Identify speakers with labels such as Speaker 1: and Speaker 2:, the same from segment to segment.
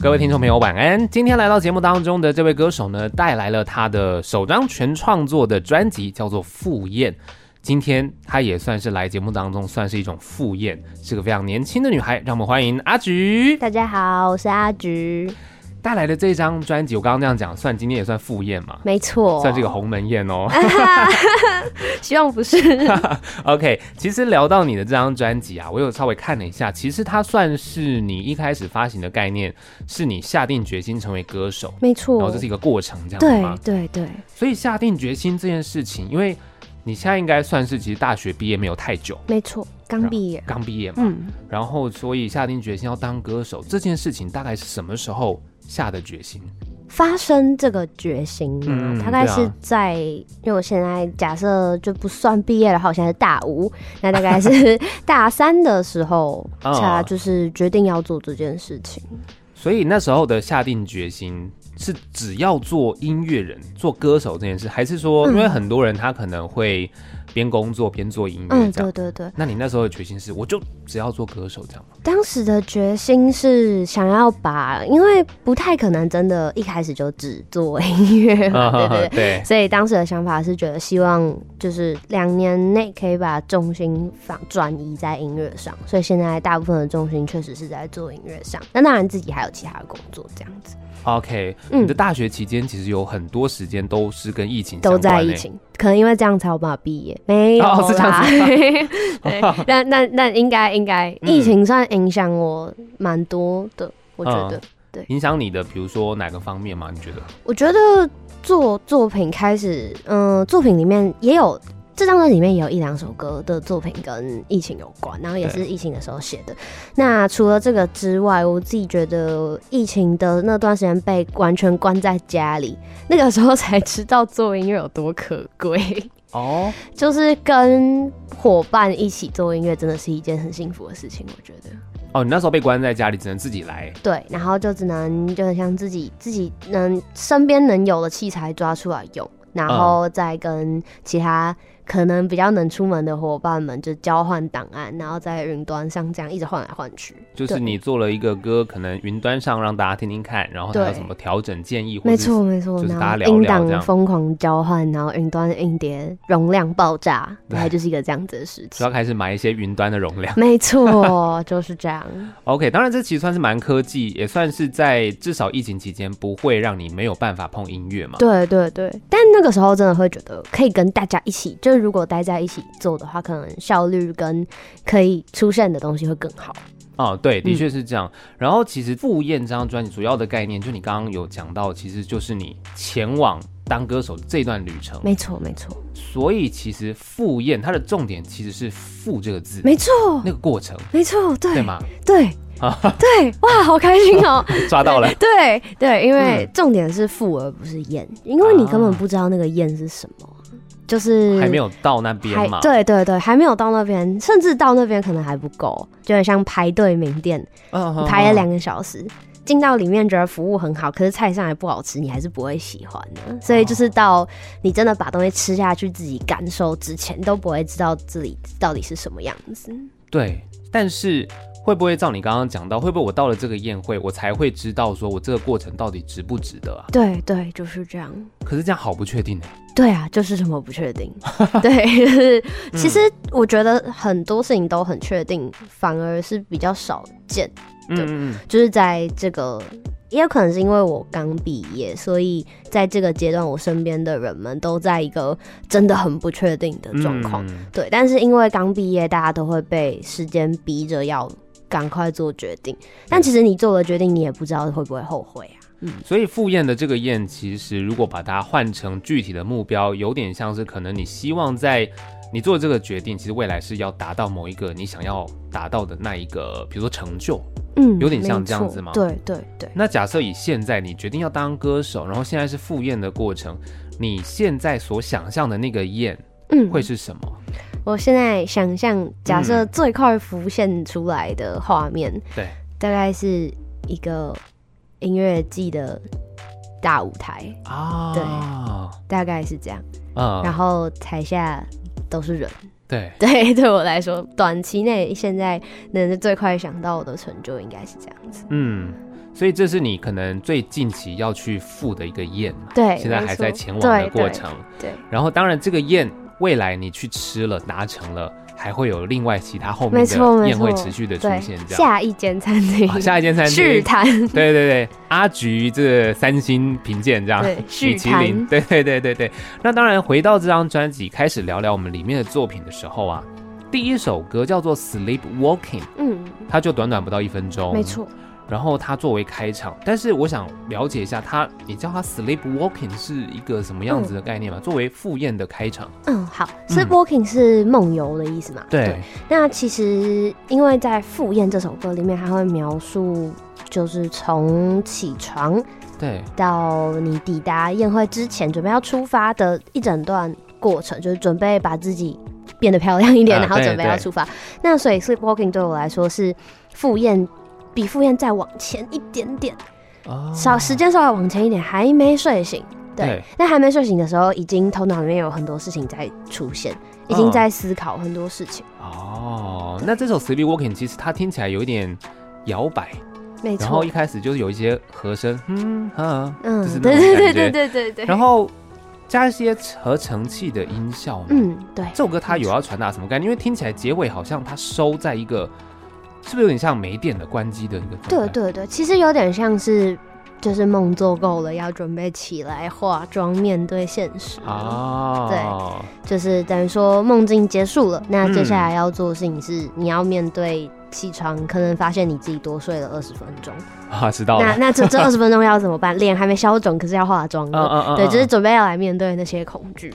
Speaker 1: 各位听众朋友，晚安！今天来到节目当中的这位歌手呢，带来了他的首张全创作的专辑，叫做《赴宴》。今天她也算是来节目当中，算是一种赴宴，是个非常年轻的女孩。让我们欢迎阿菊
Speaker 2: 大家好，我是阿菊，
Speaker 1: 带来的这张专辑。我刚刚这样讲，算今天也算赴宴 嘛，
Speaker 2: 没错，
Speaker 1: 算是一个鸿门宴哦。
Speaker 2: 希望 不是
Speaker 1: OK，其实聊到你的这张专辑啊，我有稍微看了一下，其实它算是你一开始发行的概念，是你下定决心成为歌手，
Speaker 2: 没
Speaker 1: 然后
Speaker 2: 错
Speaker 1: 这，是一个过程，这样子吗
Speaker 2: 对？对对，
Speaker 1: 所以下定决心这件事情，因为你现在应该算是其实大学毕业没有太久，
Speaker 2: 没错，刚毕业，
Speaker 1: 刚毕业嘛，
Speaker 2: 嗯，
Speaker 1: 然后所以下定决心要当歌手这件事情，大概是什么时候下的决心？
Speaker 2: 发生这个决心嘛，
Speaker 1: 嗯
Speaker 2: 大概
Speaker 1: 对
Speaker 2: 是
Speaker 1: 啊
Speaker 2: 在，因为我现在假设就不算毕业的话，我现在是大五，那大 概是大三的时候，
Speaker 1: 哦
Speaker 2: 才就是决定要做这件事情。
Speaker 1: 所以那时候的下定决心是只要做音乐人、做歌手这件事，还是说，因
Speaker 2: 嗯
Speaker 1: 为很多人他可能会边工作边做音乐
Speaker 2: 嗯，
Speaker 1: 这样？
Speaker 2: 对对对，
Speaker 1: 那你那时候的决心是，我就只要做歌手这样吗？
Speaker 2: 当时的决心是想要把，因为不太可能真的一开始就只做音乐
Speaker 1: 啊
Speaker 2: 嘛， 对对对。
Speaker 1: 对
Speaker 2: 所以当时的想法是觉得，希望就是两年内可以把重心放转移在音乐上，所以现在大部分的重心确实是在做音乐上。那当然自己还有其他的工作，这样子
Speaker 1: OK，、
Speaker 2: 嗯
Speaker 1: 你的大学期间其实有很多时间都是跟疫情
Speaker 2: 都
Speaker 1: 相关
Speaker 2: 在疫
Speaker 1: 欸。
Speaker 2: 情，可能因为这样才有办法毕业，没有啦。
Speaker 1: 哦是这样
Speaker 2: 对，那那那应该应该，
Speaker 1: 嗯
Speaker 2: 疫情算影响我蛮多的，我觉
Speaker 1: 嗯
Speaker 2: 得。
Speaker 1: 影响你的，比如说哪个方面吗？你觉得？
Speaker 2: 我觉得做作品开始，嗯、作品里面也有这张专辑里面也有一两首歌的作品跟疫情有关，然后也
Speaker 1: 对
Speaker 2: 是疫情的时候写的。那除了这个之外，我自己觉得疫情的那段时间被完全关在家里，那个时候才知道做音乐有多可贵，
Speaker 1: 哦，
Speaker 2: 就是跟伙伴一起做音乐真的是一件很幸福的事情，我觉得。
Speaker 1: 哦，你那时候被关在家里，只能自己来。
Speaker 2: 对，然后就只能就很像自己自己能身边能有的器材抓出来用，然
Speaker 1: 嗯
Speaker 2: 后再跟其他可能比较能出门的伙伴们就交换档案，然后在云端上这样一直换来换去。
Speaker 1: 就是
Speaker 2: 对
Speaker 1: 你做了一个歌，可能云端上让大家听听看，然后还有
Speaker 2: 对
Speaker 1: 什么调整建议，或
Speaker 2: 没
Speaker 1: 是
Speaker 2: 错没错，
Speaker 1: 就是
Speaker 2: 然
Speaker 1: 大家
Speaker 2: 后
Speaker 1: 聊
Speaker 2: 音
Speaker 1: 聊这样
Speaker 2: 档疯狂交换，然后云端硬碟容量爆炸，大概就是一个这样子的事
Speaker 1: 主
Speaker 2: 情
Speaker 1: 要。开始买一些云端的容量。
Speaker 2: 没错，就是这样。
Speaker 1: OK，当然这其实算是蛮科技，也算是在至少疫情期间不会让你没有办法碰音乐嘛。
Speaker 2: 对对对，但那个时候真的会觉得可以跟大家一起，就是如果待在一起做的话，可能效率跟可以出现的东西会更好。
Speaker 1: 哦，对，的确是这样。
Speaker 2: 嗯
Speaker 1: 然后其实《赴宴》这张专辑主要的概念，就你刚刚有讲到，其实就是你前往当歌手这段旅程。
Speaker 2: 没错，没错，
Speaker 1: 所以其实《赴宴》它的重点其实是“赴”这个字，
Speaker 2: 没错，
Speaker 1: 那个过程，
Speaker 2: 没错，对
Speaker 1: 对吗？
Speaker 2: 对对，哇，好开心 哦！
Speaker 1: 抓到了。
Speaker 2: 对对，因为
Speaker 1: 嗯
Speaker 2: 重点是富而不是宴，因为你根本不知道那个宴是什么，就是
Speaker 1: 还没有到那边
Speaker 2: 还
Speaker 1: 嘛？
Speaker 2: 对对对，还没有到那边，甚至到那边可能还不够，就很像排队名店，
Speaker 1: 嗯，嗯
Speaker 2: 排了。
Speaker 1: 嗯
Speaker 2: 两个小时，进到里面觉得服务很好，可是菜上来不好吃，你还是不会喜欢的。所以就是到你真的把东西吃下去，自己感受之前，都不会知道这里到底是什么样子。
Speaker 1: 对，但是会不会照你刚刚讲到，会不会我到了这个宴会，我才会知道说我这个过程到底值不值得啊？
Speaker 2: 对对，就是这样。
Speaker 1: 可是这样好不确定哎、
Speaker 2: 对啊，就是什么不确 定。对，就是其实我觉得很多事情都很确定，反而是比较少见。
Speaker 1: 嗯
Speaker 2: 对
Speaker 1: 嗯嗯，
Speaker 2: 就是在这个，也有可能是因为我刚毕业，所以在这个阶段，我身边的人们都在一个真的很不确定的状况。
Speaker 1: 嗯
Speaker 2: 对，但是因为刚毕业，大家都会被时间逼着要赶快做决定，但其实你做了决定，你也不知道会不会后悔啊。
Speaker 1: 所以赴宴的这个宴，其实如果把它换成具体的目标，有点像是可能你希望在你做这个决定，其实未来是要达到某一个你想要达到的那一个，比如说成就。
Speaker 2: 嗯，
Speaker 1: 有点像
Speaker 2: 没
Speaker 1: 这样
Speaker 2: 错
Speaker 1: 子吗
Speaker 2: 对对对，
Speaker 1: 那假设以现在你决定要当歌手，然后现在是赴宴的过程，你现在所想象的那个宴
Speaker 2: 嗯，
Speaker 1: 会是什么？
Speaker 2: 我现在想象，假设
Speaker 1: 嗯
Speaker 2: 最快浮现出来的画面，
Speaker 1: 对，
Speaker 2: 大概是一个音乐季的大舞台，
Speaker 1: 啊，
Speaker 2: 大概是这样，
Speaker 1: 嗯
Speaker 2: 然后台下都是人，
Speaker 1: 对，
Speaker 2: 对，对我来说，短期内现在能最快想到的成就应该是这样子。
Speaker 1: 嗯，所以这是你可能最近期要去赴的一个宴嘛，
Speaker 2: 对，
Speaker 1: 现在还在
Speaker 2: 哎没错
Speaker 1: 前往的
Speaker 2: 对
Speaker 1: 过
Speaker 2: 对
Speaker 1: 程。
Speaker 2: 对
Speaker 1: 然后当然这个宴未来你去吃了达成了，还会有另外其他后面
Speaker 2: 没错
Speaker 1: 的
Speaker 2: 没
Speaker 1: 宴会
Speaker 2: 错
Speaker 1: 持续的出
Speaker 2: 对
Speaker 1: 现，这样。
Speaker 2: 下一间餐厅，
Speaker 1: 啊下一间餐厅，
Speaker 2: 试探，
Speaker 1: 对对对，阿菊这三星评鉴这样，
Speaker 2: 对
Speaker 1: 米
Speaker 2: 试
Speaker 1: 其林，
Speaker 2: 探，
Speaker 1: 对对对对对。那当然，回到这张专辑开始聊聊我们里面的作品的时候啊，第一首歌叫做《Sleep Walking》，
Speaker 2: 嗯，
Speaker 1: 它就短短不到一分钟，
Speaker 2: 没。错，
Speaker 1: 然后它作为开场，但是我想了解一下它，你叫它 Sleep Walking 是一个什么样子的概念吗？作为赴宴的开场，
Speaker 2: 嗯，好，sleep walking 是梦游的意思嘛？
Speaker 1: 对，
Speaker 2: 那其实因为在《赴宴》这首歌里面，它会描述就是从起床
Speaker 1: 对，
Speaker 2: 到你抵达宴会之前，准备要出发的一整段过程，就是准备把自己变得漂亮一点，
Speaker 1: 啊
Speaker 2: 然后
Speaker 1: 对
Speaker 2: 准备要
Speaker 1: 对
Speaker 2: 出发。那所以 sleepwalking 对我来说是赴宴。比赴宴再往前一点点，
Speaker 1: 哦
Speaker 2: 少时间稍微往前一点，还没睡醒。对
Speaker 1: 对，
Speaker 2: 那还没睡醒的时候，已经头脑里面有很多事情在出现，已经
Speaker 1: 嗯
Speaker 2: 在思考很多事情。
Speaker 1: 哦。那这首 Sleep Walking 其实它听起来有一点摇摆，
Speaker 2: 没
Speaker 1: 然后
Speaker 2: 错
Speaker 1: 一，开始就是有一些和声，嗯啊，
Speaker 2: 嗯
Speaker 1: 就是，那
Speaker 2: 对
Speaker 1: 种
Speaker 2: 对
Speaker 1: 感觉
Speaker 2: 对对对对对。
Speaker 1: 然后加一些合成器的音效。嗯，
Speaker 2: 嗯，对
Speaker 1: 这，首歌它有要传达什么概念？因为听起来结尾好像它收在一个，是不是有点像没电的关机的一个状
Speaker 2: 对
Speaker 1: 态？
Speaker 2: 对对，其实有点像是就是梦做够了，要准备起来化妆，面对现实。
Speaker 1: 啊，
Speaker 2: 就是等于说梦境结束了，那接
Speaker 1: 嗯
Speaker 2: 下来要做的事情是，你要面对起床，可能发现你自己多睡了二十分钟。
Speaker 1: 对啊，知道了。
Speaker 2: 那那这这二十分钟要怎么办？脸还没消肿，可是要化妆
Speaker 1: 嗯
Speaker 2: 了。
Speaker 1: 嗯嗯，
Speaker 2: 对，
Speaker 1: 嗯
Speaker 2: 就是准备要来面对那些恐惧。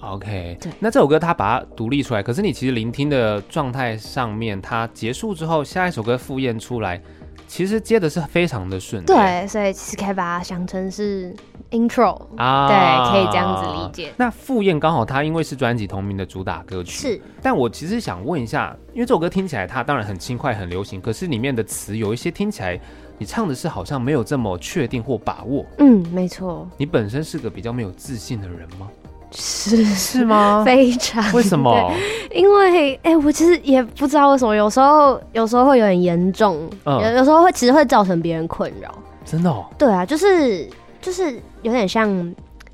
Speaker 1: OK。
Speaker 2: 对
Speaker 1: 那这首歌它把它独立出来，可是你其实聆听的状态上面，它结束之后，下一首歌赴宴出来，其实接的是非常的顺。
Speaker 2: 对，所以其实可以把它想成是 intro，、
Speaker 1: 啊，
Speaker 2: 对，可以这样子理。解。
Speaker 1: 那《赴宴》刚好它因为是专辑同名的主打歌曲，
Speaker 2: 是，
Speaker 1: 但我其实想问一下，因为这首歌听起来它当然很轻快、很流行，可是里面的词有一些听起来你唱的是好像没有这么确定或把握。
Speaker 2: 嗯，没错，
Speaker 1: 你本身是个比较没有自信的人 吗？
Speaker 2: 是
Speaker 1: 是吗？
Speaker 2: 非常。
Speaker 1: 为什么？
Speaker 2: 因为，哎、我其实也不知道为什么，有时候有时候会有点严重，
Speaker 1: 嗯
Speaker 2: 有有时候会其实会造成别人困扰。
Speaker 1: 真的哦，
Speaker 2: 对啊，就是就是有点像，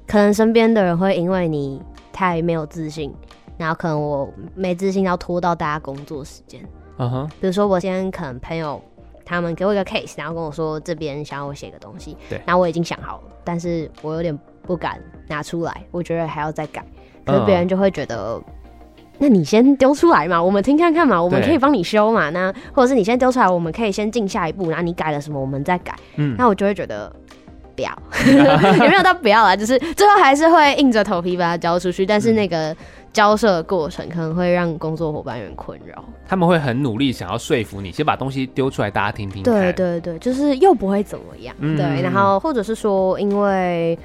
Speaker 2: 可能身边的人会因为你太没有自信，然后可能我没自信要拖到大家工作时间。
Speaker 1: 嗯哼，
Speaker 2: 比如说我今天可能朋友他们给我一个 case，然后跟我说这边想要我写个东西，
Speaker 1: 对
Speaker 2: 然后我已经想好了，但是我有点不敢拿出来，我觉得还要再改，
Speaker 1: 嗯
Speaker 2: 可是别人就会觉得。那你先丢出来嘛，我们听看看嘛，我们
Speaker 1: 对
Speaker 2: 可以帮你修嘛。那或者是你先丢出来，我们可以先进下一步，然后你改了什么，我们再改。
Speaker 1: 嗯，
Speaker 2: 那我就会觉得不要， 也没有到不要啦，啊就是最后还是会硬着头皮把它交出去。但是
Speaker 1: 嗯
Speaker 2: 那个交涉的过程可能会让工作伙伴有点困扰。
Speaker 1: 他们会很努力想要说服你，先把东西丢出来，大家听听看。
Speaker 2: 对对对，就是又不会怎么样，
Speaker 1: 嗯
Speaker 2: 对，然后或者是说，因为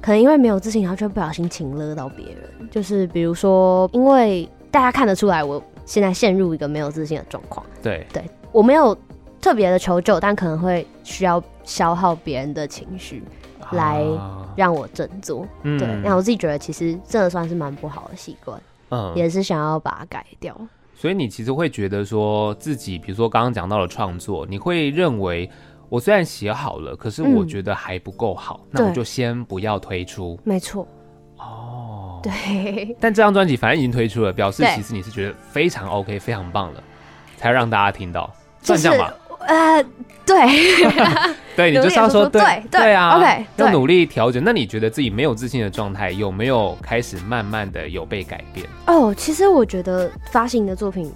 Speaker 2: 可能因为没有自信，然后就不小心情勒到别人，就是比如说，因为大家看得出来，我现在陷入一个没有自信的状况，
Speaker 1: 对
Speaker 2: 我没有特别的求救，但可能会需要消耗别人的情绪来
Speaker 1: 啊
Speaker 2: 让我振作，
Speaker 1: 嗯
Speaker 2: 对，那我自己觉得其实真的算是蛮不好的习惯，
Speaker 1: 嗯
Speaker 2: 也是想要把它改掉，
Speaker 1: 所以你其实会觉得说自己，比如说刚刚讲到了创作，你会认为我虽然写好了，可是
Speaker 2: 嗯
Speaker 1: 我觉得还不够好，那我
Speaker 2: 对
Speaker 1: 就先不要推出。
Speaker 2: 没错，
Speaker 1: 哦，。
Speaker 2: 对。
Speaker 1: 但这张专辑反正已经推出了，表示
Speaker 2: 对
Speaker 1: 其实你是觉得非常 OK、非常棒了，才让大家听到。
Speaker 2: 就
Speaker 1: 算
Speaker 2: 是
Speaker 1: 这样吧，
Speaker 2: 呃，对，
Speaker 1: 对你就是要说
Speaker 2: 努力地说出对
Speaker 1: 对啊
Speaker 2: 对，OK，
Speaker 1: 要
Speaker 2: 对
Speaker 1: 努力调整。那你觉得自己没有自信的状态有没有开始慢慢的有被改变？
Speaker 2: 哦，其实我觉得发行的作品，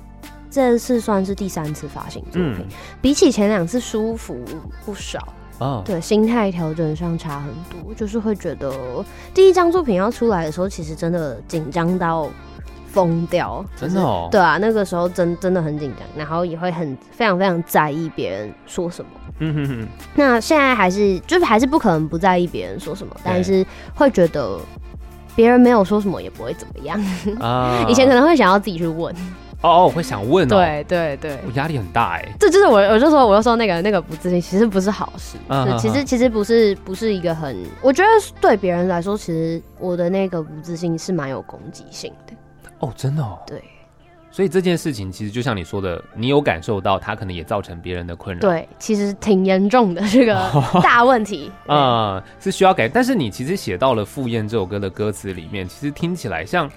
Speaker 2: 这次算是第三次发行作品，
Speaker 1: 嗯，
Speaker 2: 比起前两次舒服不少。
Speaker 1: 哦，
Speaker 2: 对，心态调整上差很多，就是会觉得第一张作品要出来的时候，其实真的紧张到疯掉，
Speaker 1: 真的哦，
Speaker 2: 对啊，那个时候真真的很紧张，然后也会很非常非常在意别人说什么。
Speaker 1: 嗯哼哼，
Speaker 2: 那现在还是就是还是不可能不在意别人说什么，但是会觉得别人没有说什么也不会怎么样。
Speaker 1: 啊，
Speaker 2: 以前可能会想要自己去问，
Speaker 1: 哦哦，会想问哦，，
Speaker 2: 对对对，
Speaker 1: 我压力很大哎，
Speaker 2: 这就是我我就说我就说那个那个不自信其实不是好事，
Speaker 1: 嗯
Speaker 2: 就
Speaker 1: 嗯
Speaker 2: 其实
Speaker 1: 嗯
Speaker 2: 其实不是不是一个很，我觉得对别人来说，其实我的那个不自信是蛮有攻击性的，
Speaker 1: 哦，真的哦，
Speaker 2: 对，
Speaker 1: 所以这件事情其实就像你说的，你有感受到它可能也造成别人的困扰。
Speaker 2: 对，其实挺严重的 这个大问题。
Speaker 1: 啊、是需要改。但是你其实写到了《赴宴》这首歌的歌词里面，其实听起来像，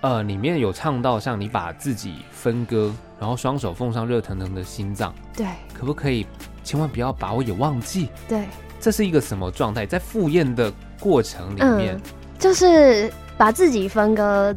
Speaker 1: 呃，里面有唱到像你把自己分割，然后双手奉上热腾腾的心脏，
Speaker 2: 对
Speaker 1: 可不可以千万不要把我也忘记？
Speaker 2: 对，
Speaker 1: 这是一个什么状态？在赴宴的过程里面，
Speaker 2: 嗯就是把自己分割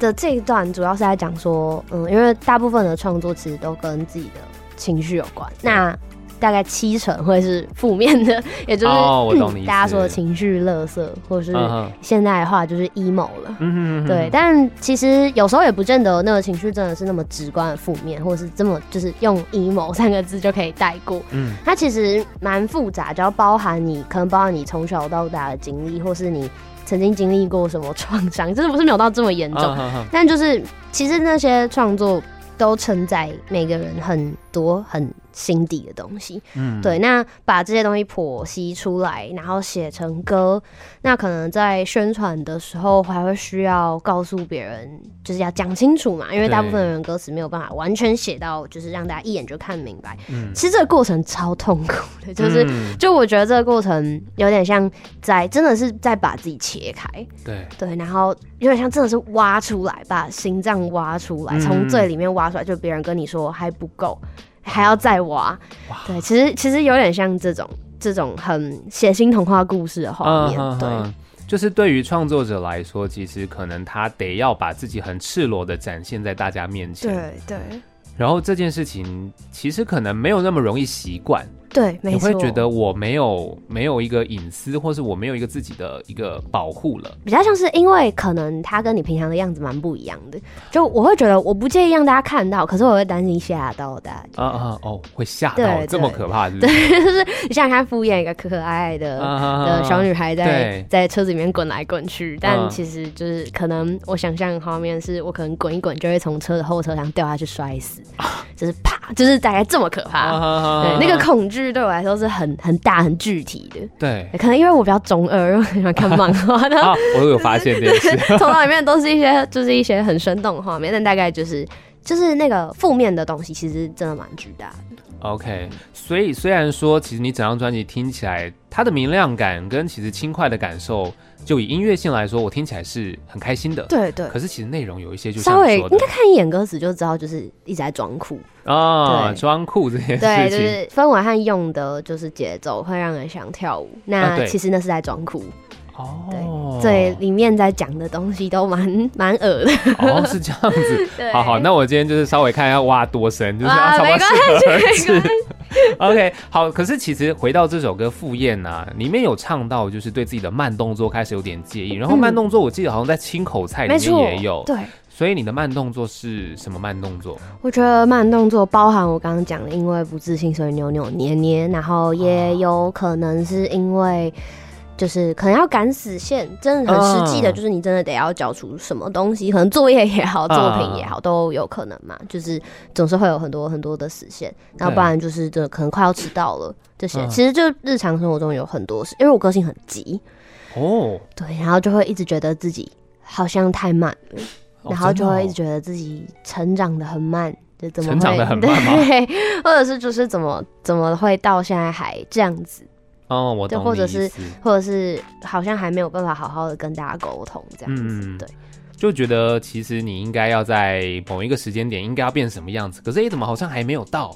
Speaker 2: 的这一段，主要是在讲说，嗯，因为大部分的创作其实都跟自己的情绪有关，那大概七成会是负面的， 也就是、嗯
Speaker 1: 哦我懂你意思
Speaker 2: 大家说的情绪垃圾，或
Speaker 1: 嗯
Speaker 2: 者是
Speaker 1: 哼
Speaker 2: 现在的话就是 emo 了。
Speaker 1: 嗯哼嗯哼
Speaker 2: 对，但其实有时候也不见得那个情绪真的是那么直观的负面，或者是这么就是用 emo 三个字就可以带过。
Speaker 1: 嗯
Speaker 2: 它其实蛮复杂，只要包含你可能包含你从小到大的经历，或是你曾经经历过什么创伤， 真的不是没有到这么严重，
Speaker 1: 啊哈哈
Speaker 2: 但就是其实那些创作都承载每个人很多很心底的东西。
Speaker 1: 嗯
Speaker 2: 对，那把这些东西剖析出来，然后写成歌，那可能在宣传的时候还会需要告诉别人，就是要讲清楚嘛，因为大部分人歌词没有办法完全写到，就是让大家一眼就看明白。
Speaker 1: 嗯
Speaker 2: 其实这个过程超痛苦的，就是。
Speaker 1: 嗯
Speaker 2: 就我觉得这个过程有点像在，真的是在把自己切开，
Speaker 1: 对
Speaker 2: 对，然后有点像真的是挖出来，把心脏挖出来，
Speaker 1: 嗯哦
Speaker 2: 从最里面挖出来，就别人跟你说还不够，还要再挖。对，其实其实有点像这种这种很血腥童话故事的画面。
Speaker 1: 嗯
Speaker 2: 对，
Speaker 1: 嗯嗯就是对于创作者来说，其实可能他得要把自己很赤裸的展现在大家面前。
Speaker 2: 对对
Speaker 1: 然后这件事情其实可能没有那么容易习惯，
Speaker 2: 对，
Speaker 1: 你
Speaker 2: 没错。
Speaker 1: 会觉得我没有没有一个隐私，或是我没有一个自己的一个保护了。
Speaker 2: 比较像是因为可能他跟你平常的样子蛮不一样的，就我会觉得我不介意让大家看到，可是我会担心吓到大家。
Speaker 1: 啊啊哦，会吓到
Speaker 2: 对
Speaker 1: 这么
Speaker 2: 对
Speaker 1: 可怕，是不是？
Speaker 2: 你想想看，敷衍一个可可爱爱的
Speaker 1: 啊
Speaker 2: 的小女孩在
Speaker 1: 对
Speaker 2: 在车子里面滚来滚去，但
Speaker 1: 嗯
Speaker 2: 其实就是可能我想象的画面是我可能滚一滚就会从车的后车厢掉下去摔死，
Speaker 1: 啊
Speaker 2: 就是啪，就是大概这么可怕。对，那个恐惧对我来说是很很大、很具体的。
Speaker 1: 对
Speaker 2: 可能因为我比较中二，因为我很喜欢看漫画，然后
Speaker 1: 啊，我有发现这件事。
Speaker 2: 头脑里面都是一些就是一些很生动的画面，但大概就是就是那个负面的东西，其实真的蛮巨大的。
Speaker 1: OK，所以虽然说，其实你整张专辑听起来，它的明亮感跟其实轻快的感受，就以音乐性来说，我听起来是很开心的。
Speaker 2: 对对
Speaker 1: 可是其实内容有一些就像
Speaker 2: 稍微
Speaker 1: 你说
Speaker 2: 应
Speaker 1: 的
Speaker 2: 该看一眼歌词就知道，就是一直在装酷。
Speaker 1: 啊，
Speaker 2: 对
Speaker 1: 装酷这 件
Speaker 2: 对，
Speaker 1: 事
Speaker 2: 就
Speaker 1: 情
Speaker 2: 是氛围和用的就是节奏会让人想跳舞。
Speaker 1: 啊
Speaker 2: 那
Speaker 1: 对
Speaker 2: 其实那是在装酷，
Speaker 1: 哦，
Speaker 2: 对，里面在讲的东西都蛮蛮恶的。
Speaker 1: 哦是这样子。
Speaker 2: 对，
Speaker 1: 好好，那我今天就是稍微看要挖多深，就是
Speaker 2: 啊
Speaker 1: 要差不
Speaker 2: 没
Speaker 1: 多
Speaker 2: 关
Speaker 1: 适合
Speaker 2: 系没关系
Speaker 1: OK，好。可是其实回到这首歌《赴宴》呐，里面有唱到就是对自己的慢动作开始有点介意，然后
Speaker 2: 嗯
Speaker 1: 慢动作我记得好像在清口菜里
Speaker 2: 没
Speaker 1: 面
Speaker 2: 错
Speaker 1: 也有，
Speaker 2: 对，
Speaker 1: 所以你的慢动作是什么慢动作？
Speaker 2: 我觉得慢动作包含我刚刚讲的，因为不自信所以扭扭捏捏，然后也有可能是因为。就是可能要赶死线，真的很实际
Speaker 1: 啊
Speaker 2: 的，就是你真的得要交出什么东西，可能作业也好，
Speaker 1: 啊
Speaker 2: 作品也好，都有可能嘛。就是总是会有很多很多的死线，然后
Speaker 1: 对
Speaker 2: 不然就是这可能快要迟到了这些
Speaker 1: 嗯。
Speaker 2: 其实就日常生活中有很多事，因为我个性很急，
Speaker 1: 哦，
Speaker 2: 对，然后就会一直觉得自己好像太慢了。
Speaker 1: 哦
Speaker 2: 然后就会一直
Speaker 1: 真的
Speaker 2: 觉得自己成长的很慢，就怎么
Speaker 1: 成长
Speaker 2: 会
Speaker 1: 得很慢吗
Speaker 2: 对， 或者是就是怎么怎么会到现在还这样子，
Speaker 1: 哦，哦我懂
Speaker 2: 就或者
Speaker 1: 你意
Speaker 2: 是
Speaker 1: 思
Speaker 2: 或者是好像还没有办法好好的跟大家沟通这样子，
Speaker 1: 嗯
Speaker 2: 对，
Speaker 1: 就觉得其实你应该要在某一个时间点应该要变什么样子，可是诶，怎么好像还没有到，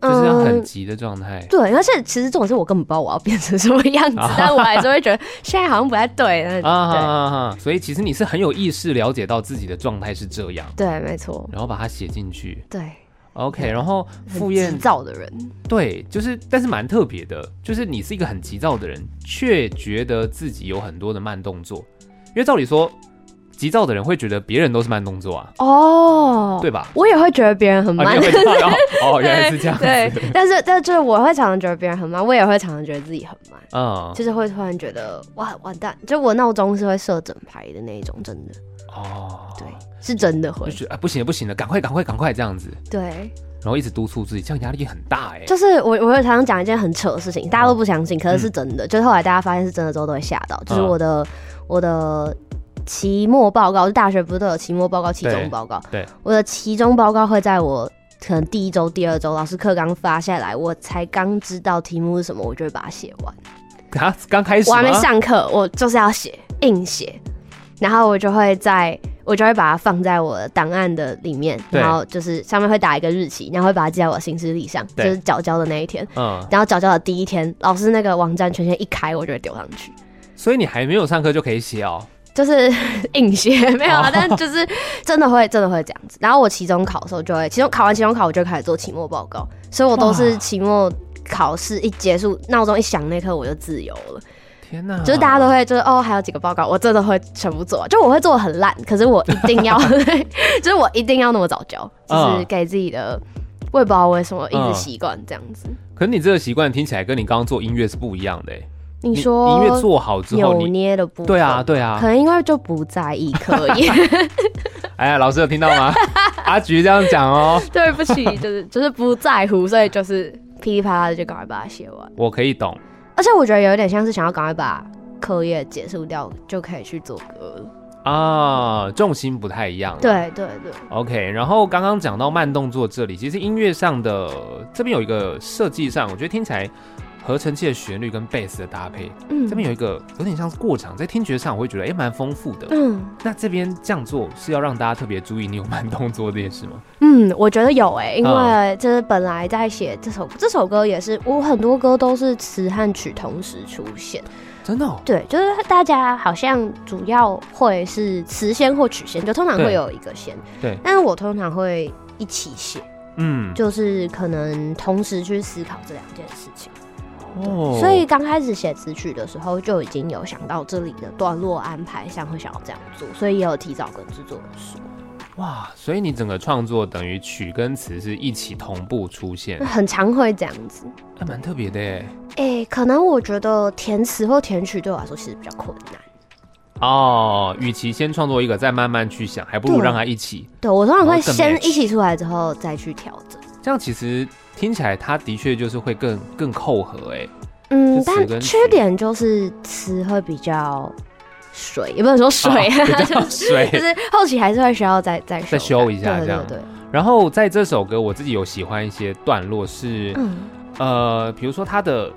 Speaker 1: 就是要很
Speaker 2: 嗯
Speaker 1: 急的状态。
Speaker 2: 对，而且其实这种事我根本不知道我要变成什么样子，
Speaker 1: 啊
Speaker 2: 但我还是会觉得现在好像不太对，那
Speaker 1: 啊哈
Speaker 2: 对、
Speaker 1: 哈哈！所以其实你是很有意识了解到自己的状态是这样，
Speaker 2: 对，没错，
Speaker 1: 然后把它写进去。
Speaker 2: 对，
Speaker 1: OK，然后
Speaker 2: 很
Speaker 1: 赴宴
Speaker 2: 急躁的人，
Speaker 1: 对，就是但是蛮特别的，就是你是一个很急躁的人，却觉得自己有很多的慢动作，因为照理说，急躁的人会觉得别人都是慢动作啊，
Speaker 2: 哦，
Speaker 1: 对吧？
Speaker 2: 我也会觉得别人很
Speaker 1: 啊，
Speaker 2: 慢。
Speaker 1: 你也会看到哦，原来是这样
Speaker 2: 对
Speaker 1: 子，，
Speaker 2: 但是但是就是我会常常觉得别人很慢，我也会常常觉得自己很慢。
Speaker 1: 嗯，
Speaker 2: 就是会突然觉得哇完蛋，就我闹钟是会设整排的那一种，真的，
Speaker 1: 哦，
Speaker 2: 对，是真的
Speaker 1: 就
Speaker 2: 会，
Speaker 1: 觉得啊不行了不行了，赶快赶快赶快这样子，
Speaker 2: 对，
Speaker 1: 然后一直督促自己，这样压力很大哎、
Speaker 2: 就是我我会常常讲一件很扯的事情，
Speaker 1: 嗯
Speaker 2: 大家都不相信，可是是真的，就是后来大家发现是真的之后都会吓到，就是我的、我的期末报告，大学不是都有期末报告、期
Speaker 1: 对
Speaker 2: 中报告？
Speaker 1: 对
Speaker 2: 我的期中报告会在我可能第一周、第二周老师课刚发下来，我才刚知道题目是什么，我就会把它写完。
Speaker 1: 啊，刚开始
Speaker 2: 我还没
Speaker 1: 吗，
Speaker 2: 上课，我就是要写，硬写，然后我就会在。我就会把它放在我的档案的里面，
Speaker 1: 对
Speaker 2: 然后就是上面会打一个日期，然后会把它记在我的行事历上，就
Speaker 1: 对
Speaker 2: 是缴交的那一天。
Speaker 1: 嗯，
Speaker 2: 然后缴交的第一天，老师那个网站权限一开，我就会丢上去。
Speaker 1: 所以你还没有上课就可以写哦，
Speaker 2: 就是硬写没有
Speaker 1: 哦
Speaker 2: 啊，但就是真的会真的会这样子。然后我期中考的时候就会，期中考完期中考我就开始做期末报告，所以我都是
Speaker 1: 哇
Speaker 2: 期末考试一结束，闹钟一响那刻我就自由了。
Speaker 1: 天哪，
Speaker 2: 就是大家都会就是哦，还有几个报告，我真的会全部做，就我会做的很烂，可是我一定 要， 就是我一定要那么早交，就是
Speaker 1: 嗯
Speaker 2: 给自己的。我也不知道为什么一
Speaker 1: 嗯
Speaker 2: 直习惯这样子。
Speaker 1: 可是你这个习惯听起来跟你刚刚做音乐是不一样的欸。
Speaker 2: 你说
Speaker 1: 音乐做好之后
Speaker 2: 扭
Speaker 1: 你，
Speaker 2: 捏的部分，
Speaker 1: 对啊，，对啊
Speaker 2: 可。能因为就不在意科 研，
Speaker 1: 哎呀，老师有听到 吗？阿菊这样讲哦，
Speaker 2: 对不起，就是就是不在乎，所以就是噼里啪啦的就赶快把它写完。
Speaker 1: 我可以懂。
Speaker 2: 而且我觉得有点像是想要赶快把课业结束掉，就可以去做歌了。
Speaker 1: 啊，重心不太一样。
Speaker 2: 对对对，
Speaker 1: ，OK。然后刚刚讲到慢动作这里，其实音乐上的这边有一个设计上，我觉得听起来合成器的旋律跟贝斯的搭配，
Speaker 2: 嗯，
Speaker 1: 这边有一个有点像是过场，在听觉上我会觉得哎蛮丰富的。
Speaker 2: 嗯
Speaker 1: 那这边这样做是要让大家特别注意你有慢动作这件事吗？
Speaker 2: 嗯，我觉得有哎、因
Speaker 1: 嗯
Speaker 2: 为就是本来在写这首这首歌也是，嗯我很多歌都是词和曲同时出现。
Speaker 1: 真的、哦，
Speaker 2: 对，就是大家好像主要会是词先或曲先，就通常
Speaker 1: 对
Speaker 2: 会有一个先。
Speaker 1: 对
Speaker 2: 但是我通常会一起写，
Speaker 1: 嗯，
Speaker 2: 就是可能同时去思考这两件事情。
Speaker 1: 哦
Speaker 2: 所以刚开始写词曲的时候，就已经有想到这里的段落安排上会想要这样做，所以也有提早跟制作人说，
Speaker 1: 哇，所以你整个创作等于曲跟词是一起同步出现
Speaker 2: 那，很常会这样子。
Speaker 1: 还蛮特别的耶。
Speaker 2: 诶、可能我觉得填词或填曲对我来说其实比较困难。
Speaker 1: 哦，与其先创作一个，再慢慢去想，还不如
Speaker 2: 对
Speaker 1: 让它一起。
Speaker 2: 对我通常会
Speaker 1: 哦更
Speaker 2: 先
Speaker 1: match
Speaker 2: 一起出来之后再去调整。
Speaker 1: 这样其实听起来，它的确就是会更更扣合哎。
Speaker 2: 嗯，
Speaker 1: 就词跟
Speaker 2: 但缺
Speaker 1: 曲
Speaker 2: 点就是词会比较水，也不能说水，
Speaker 1: 啊比较水
Speaker 2: 就。是后期还是会需要再再
Speaker 1: 再修
Speaker 2: 改
Speaker 1: 一下
Speaker 2: 对
Speaker 1: 这样
Speaker 2: 对对，
Speaker 1: 然后在这首歌，我自己有喜欢一些段落是，
Speaker 2: 嗯
Speaker 1: 呃，比如说它的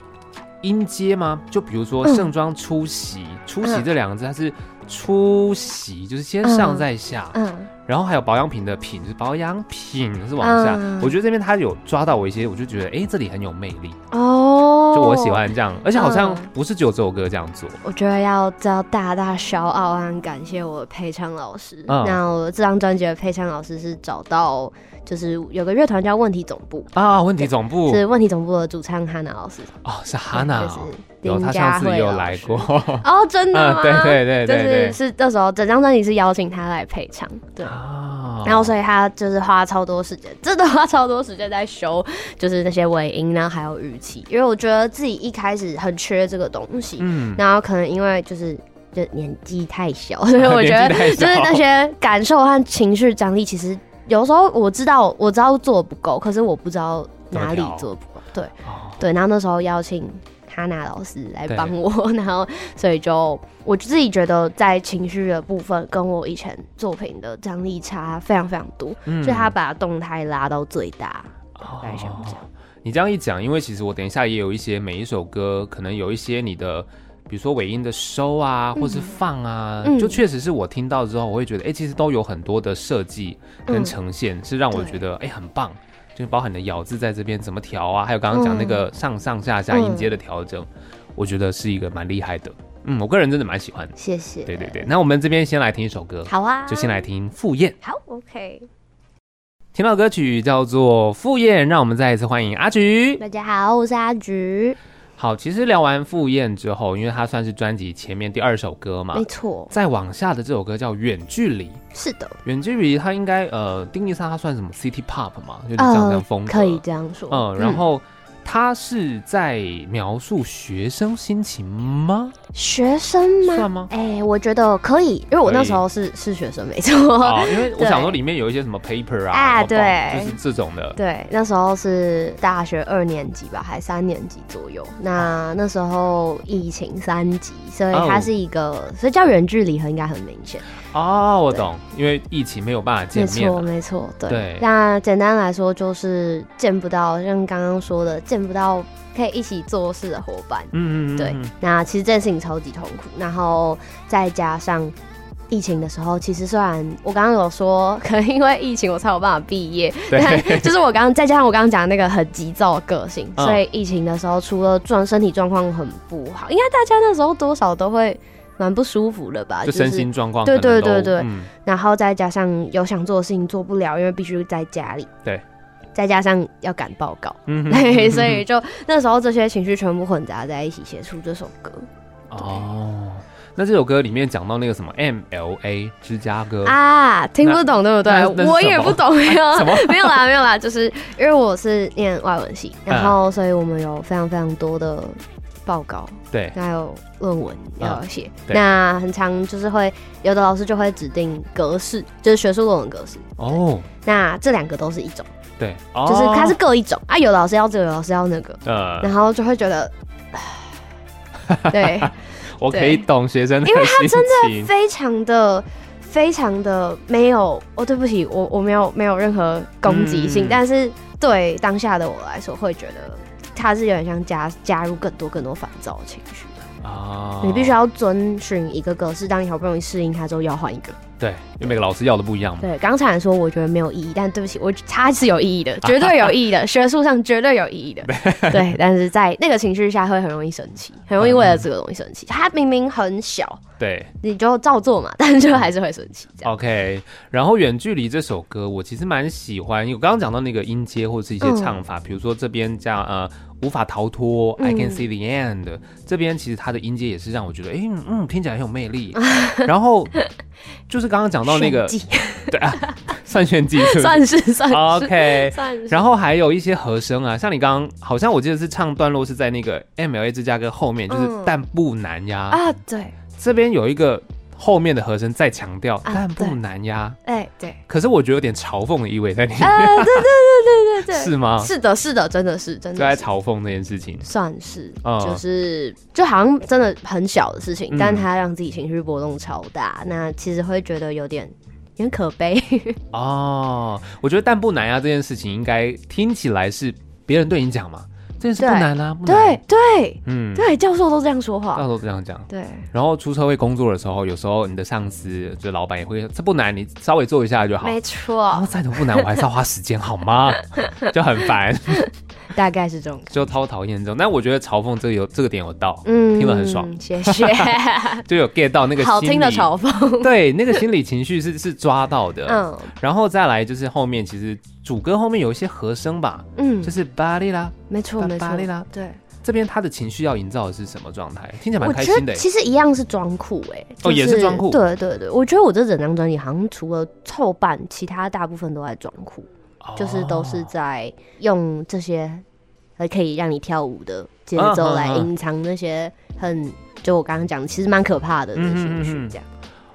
Speaker 1: 音阶吗？就比如说
Speaker 2: 嗯
Speaker 1: 盛装出席，出席
Speaker 2: 嗯
Speaker 1: 这两个字，它是出席，就是先上
Speaker 2: 嗯
Speaker 1: 再下。
Speaker 2: 嗯
Speaker 1: 然后还有保养品的品，就是保养品是往下。
Speaker 2: 嗯
Speaker 1: 我觉得这边他有抓到我一些，我就觉得哎，这里很有魅力，
Speaker 2: 哦，
Speaker 1: 就我喜。欢这样，而且好像
Speaker 2: 嗯
Speaker 1: 不是只有这首歌这样做。
Speaker 2: 我觉得要要大大骄傲和感谢我的配唱老师。
Speaker 1: 嗯
Speaker 2: 那我这张专辑的配唱老师是找到，就是有个乐团叫问题总部，
Speaker 1: 啊，问题总部
Speaker 2: 是问题总部的主唱哈娜老师。
Speaker 1: 哦，是哈娜、
Speaker 2: 对嗯就
Speaker 1: 哦
Speaker 2: 是，
Speaker 1: 有
Speaker 2: 林
Speaker 1: 他
Speaker 2: 佳
Speaker 1: 上次
Speaker 2: 慧
Speaker 1: 有
Speaker 2: 老
Speaker 1: 来
Speaker 2: 师
Speaker 1: 过，
Speaker 2: 哦，真的
Speaker 1: 嗯，
Speaker 2: 吗？
Speaker 1: 对对对对对
Speaker 2: 就是是那时候整张专辑是邀请他来配唱，对。
Speaker 1: 啊
Speaker 2: 然后所以他就是花超多时间，真的花超多时间在修，就是那些尾音然后还有语气，因为我觉得自己一开始很缺这个东西，
Speaker 1: 嗯，
Speaker 2: 然后可能因为就是就年纪太小，所以我觉得
Speaker 1: 年纪
Speaker 2: 就
Speaker 1: 太
Speaker 2: 是
Speaker 1: 小
Speaker 2: 那些感受和情绪张力，其实有时候我知道我知道做不够，可是我不知道哪里做不够。对
Speaker 1: 哦
Speaker 2: 对，然后那时候邀请哈娜老师来
Speaker 1: 对
Speaker 2: 帮我， 然后所以就我自己觉得在情绪的部分跟我以前作品的张力差非常非常多，
Speaker 1: 嗯
Speaker 2: 所以他把动态拉到最大，大概像这样。
Speaker 1: 哦你这样一讲，因为其实我等一下也有一些每一首歌，可能有一些你的，比如说尾音的收啊，或是放啊，
Speaker 2: 嗯
Speaker 1: 就确实是我听到之后，我会觉得，哎、其实都有很多的设计跟
Speaker 2: 嗯
Speaker 1: 呈现，是让我
Speaker 2: 对
Speaker 1: 觉得，哎、很棒。就是包含你的咬字在这边怎么调啊，还有刚刚
Speaker 2: 嗯
Speaker 1: 讲那个上上下下音阶的调整，我觉得是一个蛮厉害的。嗯，我个人真的蛮喜欢的。
Speaker 2: 谢谢。
Speaker 1: 对对，对，那我们这边先来听一首歌，
Speaker 2: 好啊，
Speaker 1: 就先来听《赴宴》。
Speaker 2: 好，OK。
Speaker 1: 听到歌曲叫做《赴宴》，让我们再一次欢迎阿菊。
Speaker 2: 大家好，我是阿菊，
Speaker 1: 好，其实聊完《赴宴》之后，因为它算是专辑前面第二首歌嘛
Speaker 2: 没，错，
Speaker 1: 再往下的这首歌叫《远距离》。
Speaker 2: 是的。
Speaker 1: 远距离它应该呃定义上它算什么 City Pop 嘛，就是这样这样风格。
Speaker 2: 呃可以这嗯样说。
Speaker 1: 哦嗯，然后它是在描述学生心情吗？
Speaker 2: 学生吗？
Speaker 1: 算 吗？
Speaker 2: 哎、我觉得可以，因为我那时候是是学生，没错。
Speaker 1: 哦，因为我
Speaker 2: 对
Speaker 1: 想说里面有一些什么 paper 啊，
Speaker 2: 啊
Speaker 1: 然后
Speaker 2: 对
Speaker 1: 就是这种的，
Speaker 2: 对，那时候是大学二年级吧，还三年级左右。那那时候疫情三级，所以
Speaker 1: 哦
Speaker 2: 它是一个，所以叫远距离很应该很明显。
Speaker 1: 哦，我懂，因为疫情没有办法见
Speaker 2: 没
Speaker 1: 面
Speaker 2: 错，
Speaker 1: 了，
Speaker 2: 没错，对。
Speaker 1: 对
Speaker 2: 那简单来说就是见不到，像刚刚说的，见不到可以一起做事的伙伴。
Speaker 1: 嗯嗯，嗯
Speaker 2: 对
Speaker 1: 嗯
Speaker 2: 那其实这件事情超级痛苦，然后再加上疫情的时候，其实虽然我刚刚有说，可能因为疫情我才有办法毕业，
Speaker 1: 对，
Speaker 2: 但就是我刚再加上我刚刚讲那个很急躁的个性，
Speaker 1: 嗯
Speaker 2: 所以疫情的时候，除了状身体状况很不好，应该大家那时候多少都会蛮不舒服的吧，
Speaker 1: 就是身心状况
Speaker 2: 对
Speaker 1: 可能
Speaker 2: 对对
Speaker 1: 都
Speaker 2: 对
Speaker 1: 嗯
Speaker 2: 然后再加上有想做的事情做不了，因为必须在家里。
Speaker 1: 对。
Speaker 2: 再加上要赶报告，
Speaker 1: 嗯
Speaker 2: 对，所以就那时候这些情绪全部混杂在一起，写出这首歌
Speaker 1: 哦。那这首歌里面讲到那个什么 MLA 芝加哥，
Speaker 2: 啊，听不懂对不
Speaker 1: 嗯那
Speaker 2: 对？
Speaker 1: 那是
Speaker 2: 我也
Speaker 1: 什么
Speaker 2: 不懂呀
Speaker 1: 什么，
Speaker 2: 没有啦，没有啦，就是 因为我是念外文系，
Speaker 1: 嗯
Speaker 2: 然后所以我们有非常非常多的报告，
Speaker 1: 对，
Speaker 2: 还有论文要写。
Speaker 1: 啊对
Speaker 2: 那很常就是会有的老师就会指定格式，就是学术论文格式。
Speaker 1: 哦，
Speaker 2: 那这两个都是一种，
Speaker 1: 对，
Speaker 2: 就是它是
Speaker 1: 哦
Speaker 2: 各一种啊，有的老师要这个，有的老师要那个，
Speaker 1: 呃，
Speaker 2: 然后就会觉得。唉对，
Speaker 1: 我可以
Speaker 2: 对
Speaker 1: 懂学生的心情，
Speaker 2: 非常的、非常的没有哦，对不起，我我没有没有任何攻击性，
Speaker 1: 嗯
Speaker 2: 但是对当下的我来说，会觉得它是有点像加加入更多更多烦躁的情绪。
Speaker 1: 啊
Speaker 2: 你必须要遵循一个格式，当你好不容易适应它之后，又要换一个。
Speaker 1: 对，因为每个老师要的不一样嘛，
Speaker 2: 对，刚才说我觉得没有意义，但对不 起，我它是有意义的，绝对有意义的，学术上绝对有意义的。对，但是在那个情绪下会很容易生气，很容易为了这个东西生气。它明明很小，
Speaker 1: 对
Speaker 2: 你就照做嘛，但是就还是会生气。这样，
Speaker 1: ，OK。然后《远距离》这首歌，我其实蛮喜欢，我刚刚讲到那个音阶或是一些
Speaker 2: 嗯
Speaker 1: 唱法，比如说这边叫呃无法逃脱、i can see the end，这边其实它的音阶也是让我觉得，哎、嗯嗯，听起来很有魅 力。然后就是刚刚讲哦到那个
Speaker 2: 炫技
Speaker 1: 算炫技，是不是
Speaker 2: 算是算是
Speaker 1: OK。
Speaker 2: 算是。
Speaker 1: 然后还有一些和声啊，像你刚刚好像我记得是唱段落是在那个 MLA 芝加哥后面，就是
Speaker 2: 嗯
Speaker 1: 但不难呀。
Speaker 2: 啊，对，
Speaker 1: 这边有一个后面的和声在强调，
Speaker 2: 啊
Speaker 1: 但
Speaker 2: 对
Speaker 1: 不难呀。
Speaker 2: 哎、 对，
Speaker 1: 可是我觉得有点嘲讽的意味在里面，
Speaker 2: 呃，对对对对对对，
Speaker 1: 是吗？
Speaker 2: 是的，是的，真的是真
Speaker 1: 就在
Speaker 2: 的是。
Speaker 1: 嘲讽这件事情。
Speaker 2: 算是，
Speaker 1: 嗯
Speaker 2: 就是就好像真的很小的事情，
Speaker 1: 嗯
Speaker 2: 但他让自己情绪波动超大，那其实会觉得有点有点可 悲。
Speaker 1: 哦，我觉得但不难呀这件事情应该听起来是别人对你讲嘛，这件事不
Speaker 2: 对
Speaker 1: 难啊，不难。
Speaker 2: 对，对
Speaker 1: 嗯，哦
Speaker 2: 对，教授都这样说
Speaker 1: 到
Speaker 2: 话
Speaker 1: 时。候这样讲。
Speaker 2: 对，
Speaker 1: 然后出社会工作的时候，有时候你的上司就老板也会，这不难，你稍微做一下就好。
Speaker 2: 没
Speaker 1: 然后
Speaker 2: 错，
Speaker 1: 再怎么不难，我还是要花时间好 吗？就很烦，
Speaker 2: 大概是这种感觉。
Speaker 1: 就超讨厌这种。但我觉得嘲讽这个有这个点有到，
Speaker 2: 嗯
Speaker 1: 听了很爽，
Speaker 2: 谢谢。
Speaker 1: 就有 get 到那个
Speaker 2: 好
Speaker 1: 心
Speaker 2: 听的
Speaker 1: 理
Speaker 2: 嘲讽，
Speaker 1: 对，那个心理情绪是 是抓到的。
Speaker 2: 嗯
Speaker 1: 然后再来就是后面，其实主歌后面有一些和声吧，就
Speaker 2: 嗯，
Speaker 1: 是巴利啦。
Speaker 2: 没错
Speaker 1: 巴
Speaker 2: 没错
Speaker 1: 巴利拉，
Speaker 2: 对。
Speaker 1: 这边他的情绪要营造的是什么状态？听起来蛮
Speaker 2: 我
Speaker 1: 开
Speaker 2: 觉
Speaker 1: 心的欸。
Speaker 2: 得其实一样是装酷哎、
Speaker 1: 哦也是装酷
Speaker 2: 对对对，我觉得我这整张专辑好像除了凑版，其他大部分都在装酷，就是都是
Speaker 1: 哦
Speaker 2: 在用这些呃可以让你跳舞的节
Speaker 1: 啊
Speaker 2: 奏来
Speaker 1: 啊啊
Speaker 2: 隐藏那些很就我刚刚讲的，其实蛮可怕的那些
Speaker 1: 嗯嗯嗯
Speaker 2: 情绪
Speaker 1: 嗯
Speaker 2: 这样。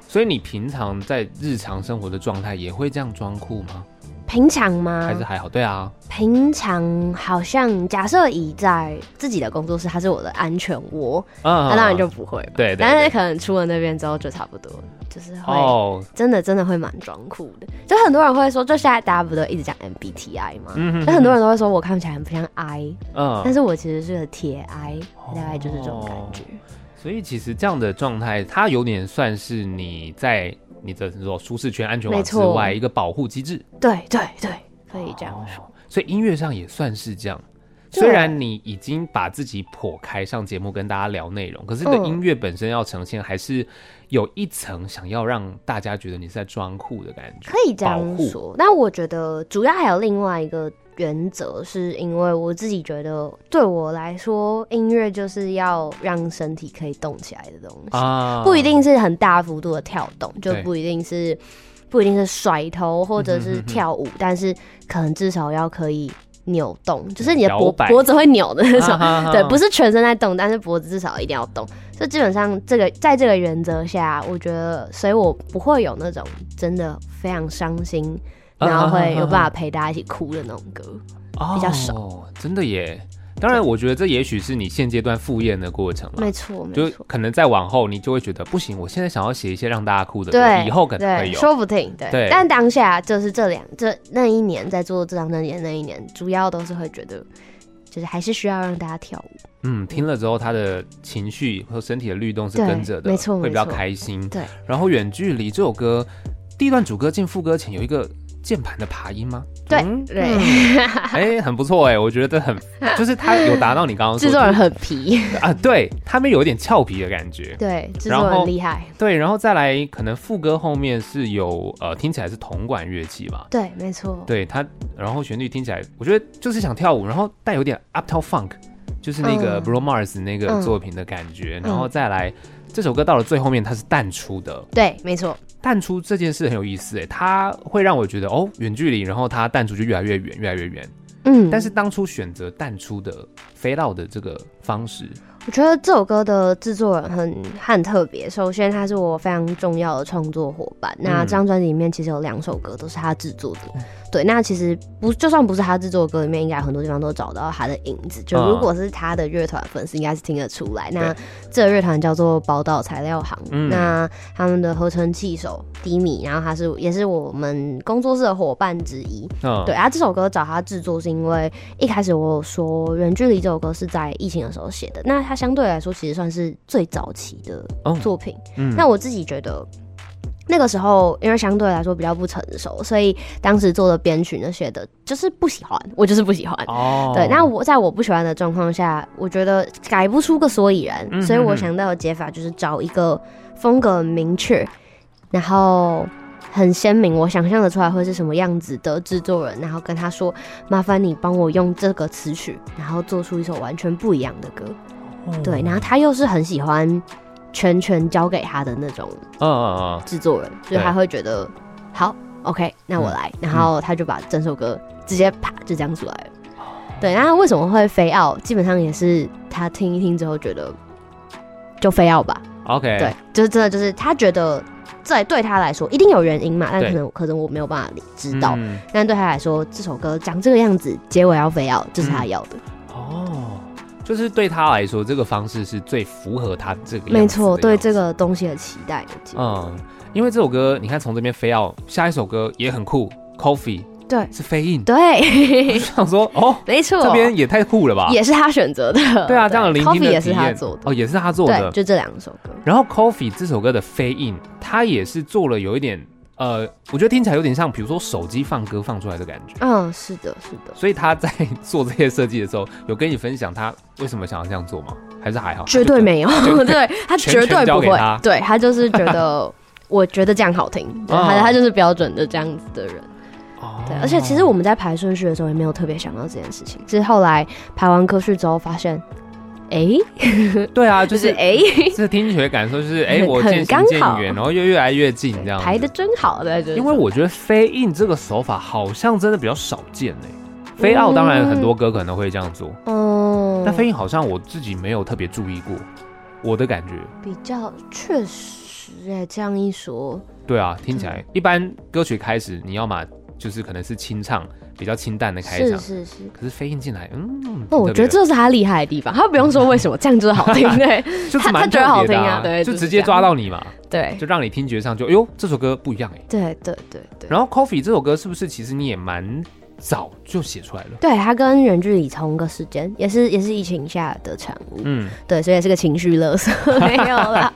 Speaker 1: 所以你平常在日常生活的状态也会这样装酷吗？
Speaker 2: 平常吗？
Speaker 1: 还是还好？对啊，
Speaker 2: 平常好像假设以在自己的工作室，它是我的安全窝，
Speaker 1: 嗯
Speaker 2: 那、当然就不会嘛。
Speaker 1: 对对对
Speaker 2: 但是可能出了那边之后就差不多，就是会、
Speaker 1: 哦，
Speaker 2: 真的真的会蛮装酷的。就很多人会说，就现在大家不都一直讲 MBTI 吗？
Speaker 1: 嗯哼
Speaker 2: 那很多人都会说我看起来很不像 I，、但
Speaker 1: 嗯，
Speaker 2: 是我其实是个铁 I，大
Speaker 1: 哦
Speaker 2: 概就是这种感觉。
Speaker 1: 所以其实这样的状态，它有点算是你在你的这种舒适圈、安全网
Speaker 2: 没
Speaker 1: 之
Speaker 2: 错
Speaker 1: 外一个保护机制。
Speaker 2: 对对对，可以这样说。
Speaker 1: 哦所以音乐上也算是这样。
Speaker 2: 对
Speaker 1: 虽然你已经把自己剖开上节目跟大家聊内容，可是你的
Speaker 2: 嗯
Speaker 1: 音乐本身要呈现，还是有一层想要让大家觉得你是在装酷的感觉
Speaker 2: 可。以这样
Speaker 1: 保
Speaker 2: 说。但我觉得主要还有另外一个原则，是因为我自己觉得，对我来说，音乐就是要让身体可以动起来的东西，
Speaker 1: 啊
Speaker 2: 不一，定是很大幅度的跳动，就
Speaker 1: 对
Speaker 2: 不一定是不一定是甩头或者
Speaker 1: 嗯哼
Speaker 2: 是
Speaker 1: 哼哼
Speaker 2: 跳舞，但是可能至少要可以。扭动，就是你的
Speaker 1: 嗯
Speaker 2: 脖
Speaker 1: 摇摆
Speaker 2: 脖子会扭的那种。
Speaker 1: 啊
Speaker 2: 对，不
Speaker 1: 是
Speaker 2: 是全身在动，但是脖子至少一定要动。所以基本上这个在这个原则下，我觉得，所以我不会有那种真的非常伤心，
Speaker 1: 啊
Speaker 2: 然后会有办法陪大家一起哭的那种歌。比较少
Speaker 1: 哦，真的耶。当然，我觉得这也许是你现阶段赴宴的过程了
Speaker 2: 没。错，
Speaker 1: 啊就
Speaker 2: 没错，
Speaker 1: 可能再往后，你就会觉得不行，我现在想要写一些让大家哭的歌，
Speaker 2: 对，
Speaker 1: 以后可能会
Speaker 2: 对，
Speaker 1: 有。
Speaker 2: 说不定对。
Speaker 1: 对
Speaker 2: 但当下就是这两这那一年在做这张专辑的那一年，主要都是会觉得，就是还是需要让大家跳舞。
Speaker 1: 嗯，听了之后，他的情绪和身体的律动是
Speaker 2: 对
Speaker 1: 跟着的，
Speaker 2: 没错
Speaker 1: 会比较
Speaker 2: 没错
Speaker 1: 开心。
Speaker 2: 对，
Speaker 1: 然后远距离这首歌，第一段主歌进副歌前有一个键盘的爬音吗？
Speaker 2: 对
Speaker 1: 嗯
Speaker 2: 对，
Speaker 1: 哎、很不错哎、我觉得很，就是他有达到你刚刚说
Speaker 2: 制
Speaker 1: 的
Speaker 2: 作人很皮，
Speaker 1: 啊，对他们有一点俏皮的感觉，
Speaker 2: 对，制
Speaker 1: 然
Speaker 2: 作
Speaker 1: 后
Speaker 2: 人厉害，
Speaker 1: 对，然后再来可能副歌后面是有呃听起来是铜管乐器吧，
Speaker 2: 对，没错，
Speaker 1: 对它，然后旋律听起来我觉得就是想跳舞，然后带有点 uptown funk，就是那个
Speaker 2: 嗯
Speaker 1: Bruno Mars 那个
Speaker 2: 嗯
Speaker 1: 作品的感觉，然后再来这首歌到了最后面它是淡出的，
Speaker 2: 对，没错，
Speaker 1: 淡出这件事很有意思诶，欸它会让我觉得哦远距离，然后它淡出就越来越远，越来越远，
Speaker 2: 嗯，
Speaker 1: 但是当初选择淡出的飞到的这个方式，
Speaker 2: 我觉得这首歌的制作人很很特别。首先，他是我非常重要的创作伙伴。
Speaker 1: 嗯
Speaker 2: 那这张专辑里面其实有两首歌都是他制作的。对，那其实不就算不是他制作的歌，里面应该很多地方都找到他的影子。就
Speaker 1: 嗯
Speaker 2: 如果是他的乐团粉丝，应该是听得出来。那这个乐团叫做宝岛材料行，
Speaker 1: 嗯
Speaker 2: 那他们的合成器手迪米，然后他是也是我们工作室的伙伴之一。
Speaker 1: 嗯，
Speaker 2: 对啊，这首歌找他制作是因为一开始我有说《远距离》这首歌是在疫情的时候写的，那它相对来说其实算是最早期的
Speaker 1: 哦
Speaker 2: 作品。
Speaker 1: 嗯
Speaker 2: 那我自己觉得。那个时候，因为相对来说比较不成熟，所以当时做的编曲那些的，就是不喜欢，我就是不喜欢。
Speaker 1: 哦，
Speaker 2: 对，那我在我不喜欢的状况下，我觉得改不出个所以然，
Speaker 1: 嗯
Speaker 2: 所以
Speaker 1: 哼
Speaker 2: 我
Speaker 1: 哼
Speaker 2: 想到的解法就是找一个风格很明确，然后很鲜明，我想象得出来会是什么样子的制作人，然后跟他说，麻烦你帮我用这个词曲，然后做出一首完全不一样的歌。
Speaker 1: 哦
Speaker 2: 对，然后他又是很喜欢全权交给他的那种
Speaker 1: 嗯嗯嗯。
Speaker 2: 制作人，所以他
Speaker 1: 对嗯
Speaker 2: 会觉得好，OK，那我来，然后他就把整首歌直接啪就这样出来了。
Speaker 1: 哦
Speaker 2: 对，那为什么会飞奥？基本上也是他听一听之后觉得就飞奥吧。
Speaker 1: 嗯 OK，
Speaker 2: 对，就是真的就是他觉得在对他来说一定有原因嘛，但
Speaker 1: 对
Speaker 2: 可能可能我没有办法理知道，
Speaker 1: 嗯
Speaker 2: 但对他来说这首歌长这个样子，结尾要飞奥就是他要的。
Speaker 1: 哦，就是对他来说，这个方式是最符合他嗯这个样子的
Speaker 2: 没错，对
Speaker 1: 样子
Speaker 2: 这个东西的期待的结果。
Speaker 1: 嗯，因为这首歌，你看从这边飞要下一首歌也很酷，Coffee
Speaker 2: 对
Speaker 1: 是飞印，
Speaker 2: 对，
Speaker 1: 想说哦，
Speaker 2: 没错，
Speaker 1: 这边也太酷了吧？
Speaker 2: 也是他选择的。
Speaker 1: 对啊，这样的聆
Speaker 2: Coffee
Speaker 1: 听的
Speaker 2: 也
Speaker 1: 体
Speaker 2: 是他
Speaker 1: 验
Speaker 2: 做的，
Speaker 1: 哦，也是他做
Speaker 2: 对，
Speaker 1: 的。
Speaker 2: 就这两首歌。
Speaker 1: 然后 Coffee 这首歌的飞印，他也是做了有一点呃，我觉得听起来有点像，比如说手机放歌放出来的感觉。
Speaker 2: 嗯，是的，是的，
Speaker 1: 所以他在做这些设计的时候，有跟你分享他为什么想要这样做吗？还是还好？
Speaker 2: 绝对没有，
Speaker 1: 就
Speaker 2: 对他
Speaker 1: 全
Speaker 2: 绝对
Speaker 1: 全交
Speaker 2: 不
Speaker 1: 给他
Speaker 2: 会，对他就是觉 得。我觉得这样好听，对他、
Speaker 1: 哦
Speaker 2: 他就是标准的这样子的人，
Speaker 1: 哦
Speaker 2: 对。而且其实我们在排顺序的时候也没有特别想到这件事情，只是后来排完歌序之后发现，哎、
Speaker 1: 对啊，就
Speaker 2: 就是是哎、
Speaker 1: 这听觉感受 就是，哎、
Speaker 2: 很
Speaker 1: 我
Speaker 2: 很
Speaker 1: 渐行
Speaker 2: 刚
Speaker 1: 渐
Speaker 2: 好
Speaker 1: 远，然后又越来越近这样子。
Speaker 2: 排的真好，对，就是
Speaker 1: 因为我觉得飞印这个手法好像真的比较少见哎、飞奥当然很多歌可能会这样做，
Speaker 2: 嗯，
Speaker 1: 但飞印好像我自己没有特别注意过，我的感觉。
Speaker 2: 比较确实哎、这样一说，
Speaker 1: 对啊，听起
Speaker 2: 嗯
Speaker 1: 来一般歌曲开始，你要么就是可能是清唱，比较清淡的开
Speaker 2: 是
Speaker 1: 场。
Speaker 2: 是是，
Speaker 1: 可是飞印进来，嗯，
Speaker 2: 那我
Speaker 1: 挺特别
Speaker 2: 觉
Speaker 1: 的
Speaker 2: 得这是他厉害的地方，他不用说为什么，这样就是 好听，对
Speaker 1: 就是
Speaker 2: 他
Speaker 1: 蛮
Speaker 2: 他觉得
Speaker 1: 特
Speaker 2: 好
Speaker 1: 别的
Speaker 2: 听啊对
Speaker 1: 就
Speaker 2: 就是
Speaker 1: 直接
Speaker 2: 这
Speaker 1: 抓
Speaker 2: 样
Speaker 1: 到你 嘛，
Speaker 2: 对
Speaker 1: 就让你听觉上就，哎呦，这首歌不一样哎、
Speaker 2: 对对对对。
Speaker 1: 然后 Coffee 这首歌是不是其实你也蛮早就写出来了？
Speaker 2: 对他跟远距离同个时间，也是也是疫情下的产物，
Speaker 1: 嗯，
Speaker 2: 对，所以也是个情绪勒索，没 有啦，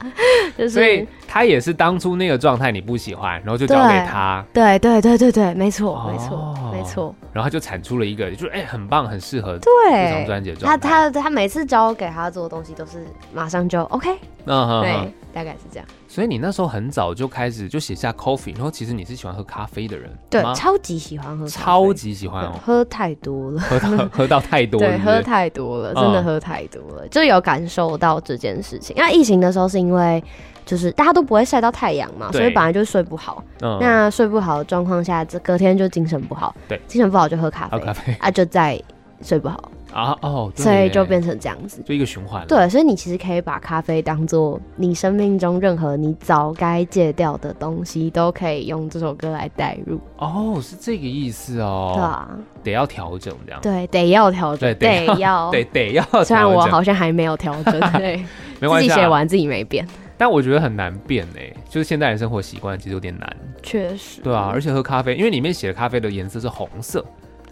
Speaker 2: 就
Speaker 1: 所以
Speaker 2: 是
Speaker 1: 他也是当初那个状态你不喜欢，然后就交给他，
Speaker 2: 对对对对对，没错、
Speaker 1: 哦
Speaker 2: 没错没错，
Speaker 1: 然后他就产出了一个，就是哎、很棒，很适合这张
Speaker 2: 对，
Speaker 1: 专辑的
Speaker 2: 他
Speaker 1: 状态。
Speaker 2: 他他每次交给他做的东西都是马上就 OK，
Speaker 1: 嗯哼
Speaker 2: 对，
Speaker 1: 哼，
Speaker 2: 大概是这样，
Speaker 1: 所以你那时候很早就开始就写下 coffee，然后其实你是喜欢喝咖啡的人，
Speaker 2: 对，
Speaker 1: 吗
Speaker 2: 超级喜欢喝咖啡，
Speaker 1: 超级喜欢
Speaker 2: 对
Speaker 1: 哦，
Speaker 2: 喝太多了。
Speaker 1: 喝到 喝到太多，
Speaker 2: 对，
Speaker 1: 是不是
Speaker 2: 喝太多了，真
Speaker 1: 嗯
Speaker 2: 的喝太多了，就有感受到这件事情。那疫情的时候是因为就是大家都不会晒到太阳嘛，
Speaker 1: 对
Speaker 2: 所以本来就睡不好。
Speaker 1: 嗯
Speaker 2: 那睡不好的状况下，这隔天就精神不好，
Speaker 1: 对，
Speaker 2: 精神不好就喝咖
Speaker 1: 喝
Speaker 2: 啡，
Speaker 1: 咖啡
Speaker 2: 啊就再睡不好，
Speaker 1: 啊哦，对
Speaker 2: 所以就
Speaker 1: 耶
Speaker 2: 变成这样子。
Speaker 1: 就一个循环了。
Speaker 2: 对，所以你其实可以把咖啡当做你生命中任何你早该戒掉的东西，都可以用这首歌来代入，
Speaker 1: 哦，是这个意思
Speaker 2: 对
Speaker 1: 哦，
Speaker 2: 啊，
Speaker 1: 得要调整这样，
Speaker 2: 对，得要调整，
Speaker 1: 对得
Speaker 2: 要，
Speaker 1: 对，得要调整。
Speaker 2: 虽然我好像还没有调 整，对，
Speaker 1: 没
Speaker 2: 自
Speaker 1: 关
Speaker 2: 己
Speaker 1: 系
Speaker 2: 写
Speaker 1: 啊，
Speaker 2: 完自己没变，
Speaker 1: 但我觉得很难变哎、就是现代人生活习惯其实有点难。
Speaker 2: 确实，
Speaker 1: 对啊，而且喝咖啡，因为里面写的咖啡的颜色是红色，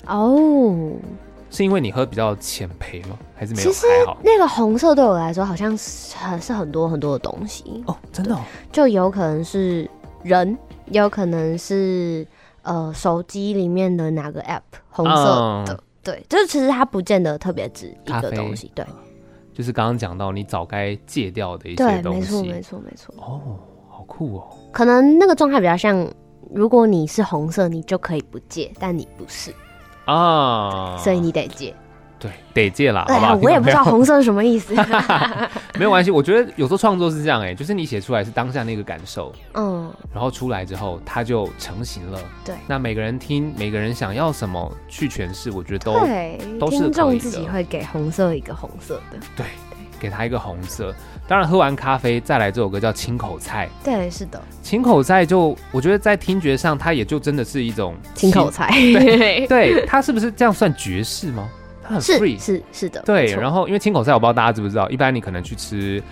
Speaker 2: 哦，
Speaker 1: 是因为你喝比较浅焙吗？还是没有？
Speaker 2: 其实
Speaker 1: 还好
Speaker 2: 那个红色对我来说好像是很是很多很多的东西，
Speaker 1: 哦，真的、哦、
Speaker 2: 就有可能是人，也有可能是呃手机里面的哪
Speaker 1: 啊
Speaker 2: 个 app 嗯红色的，对，就是其实它不见得特别指一
Speaker 1: 咖
Speaker 2: 个
Speaker 1: 啡
Speaker 2: 东西，对
Speaker 1: 就是刚刚讲到你早该戒掉的一些
Speaker 2: 对，
Speaker 1: 东
Speaker 2: 没错
Speaker 1: 西
Speaker 2: 没错没错，
Speaker 1: 哦，好酷哦。
Speaker 2: 可能那个状态比较像。如果你是红色，你就可以不戒，但你不是，
Speaker 1: 啊，
Speaker 2: 所以你得戒。
Speaker 1: 对得戒啦，
Speaker 2: 哎
Speaker 1: 好
Speaker 2: 呀
Speaker 1: 吧？
Speaker 2: 我也不知道
Speaker 1: 听众朋友
Speaker 2: 红色是什么 意思。
Speaker 1: 没有关系。我觉得有时候创作是这样、哎，就是你写出来是当下那个感受，
Speaker 2: 嗯，
Speaker 1: 然后出来之后它就成型了。
Speaker 2: 对
Speaker 1: 那每个人听，每个人想要什么去诠释，我觉得都
Speaker 2: 对，
Speaker 1: 都是
Speaker 2: 听
Speaker 1: 可
Speaker 2: 众
Speaker 1: 以
Speaker 2: 自己
Speaker 1: 的
Speaker 2: 会给红色一个红色的，
Speaker 1: 给它一个红色。当然，喝完咖啡再来这首歌叫清口菜。
Speaker 2: 对，是的，
Speaker 1: 清口菜就我觉得在听觉上，它也就真的是一种
Speaker 2: 清口
Speaker 1: 菜。
Speaker 2: 才，
Speaker 1: 对，它是不是这样算爵士吗？它很 free
Speaker 2: 是。是是的，
Speaker 1: 对，然
Speaker 2: 后
Speaker 1: 后因为清口菜，我不知道大家知不知道，一般你可能去吃，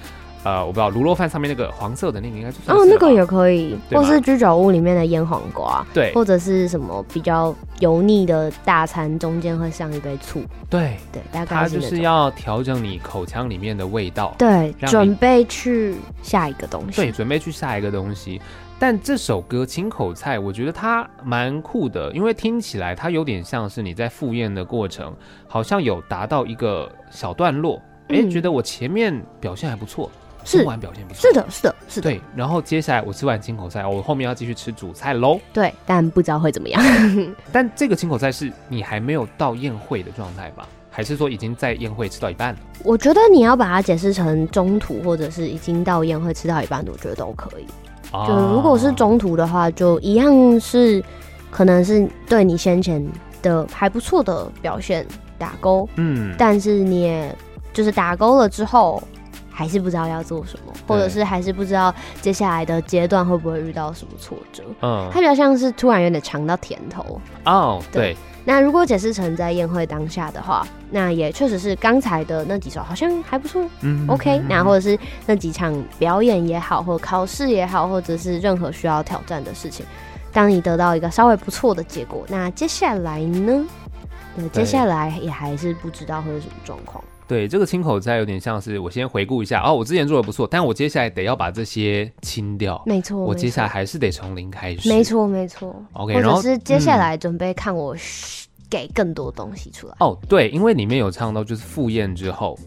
Speaker 1: 呃，我不知道卤肉饭上面那个黄色的那个应该就算
Speaker 2: 哦，
Speaker 1: 是
Speaker 2: 那
Speaker 1: 了吧
Speaker 2: 个也可以，
Speaker 1: 对
Speaker 2: 或
Speaker 1: 吧
Speaker 2: 是居酒屋里面的腌黄瓜，
Speaker 1: 对
Speaker 2: 或者是什么比较油腻的大餐，中间会上一杯醋，
Speaker 1: 对，
Speaker 2: 对，大概
Speaker 1: 它
Speaker 2: 是
Speaker 1: 就
Speaker 2: 那
Speaker 1: 是
Speaker 2: 种
Speaker 1: 要调整你口腔里面的味道。
Speaker 2: 对，
Speaker 1: 让你
Speaker 2: 准备去下一个东
Speaker 1: 对，
Speaker 2: 西，
Speaker 1: 准备去下一个东西。但这首歌《清口菜》，我觉得它蛮酷的，因为听起来它有点像是你在赴宴的过程，好像有达到一个小段落，诶，
Speaker 2: 嗯
Speaker 1: 觉得我前面表现还不错，
Speaker 2: 是
Speaker 1: 吃完表现不错，
Speaker 2: 是，的，是的，是的，
Speaker 1: 对。然后接下来我吃完清口菜，哦我后面要继续吃主菜喽。
Speaker 2: 对，但不知道会怎么样，
Speaker 1: 但这个清口菜是你还没有到宴会的状态吧？还是说已经在宴会吃到一半了？
Speaker 2: 我觉得你要把它解释成中途或者是已经到宴会吃到一半的，我觉得都可以。
Speaker 1: 啊
Speaker 2: 就如果是中途的话，就一样是可能是对你先前的还不错的表现打勾，
Speaker 1: 嗯，
Speaker 2: 但是你也就是打勾了之后，还是不知道要做什么，或者是还是不知道接下来的阶段会不会遇到什么挫折。
Speaker 1: 嗯
Speaker 2: 它比较像是突然有点尝到甜头。
Speaker 1: 哦，
Speaker 2: 对
Speaker 1: 对，
Speaker 2: 那如果解释成在宴会当下的话，那也确实是刚才的那几首好像还不错，
Speaker 1: 嗯
Speaker 2: OK，
Speaker 1: 嗯
Speaker 2: 那或者是那几场表演也好，或考试也好，或者是任何需要挑战的事情，当你得到一个稍微不错的结果，那接下来呢？对，接下来也还是不知道会有什么状况。
Speaker 1: 对，这个清口菜有点像是我先回顾一下哦，我之前做的不错，但我接下来得要把这些清掉，
Speaker 2: 没错，
Speaker 1: 我
Speaker 2: 嗯没
Speaker 1: 接下来
Speaker 2: 错
Speaker 1: 还是得从零开始。
Speaker 2: 没，错没错。
Speaker 1: OK，
Speaker 2: 或
Speaker 1: 然
Speaker 2: 者
Speaker 1: 后嗯
Speaker 2: 是接下来准备看我给更多东西出来。
Speaker 1: 哦，对，因为里面有唱到就是赴宴之后，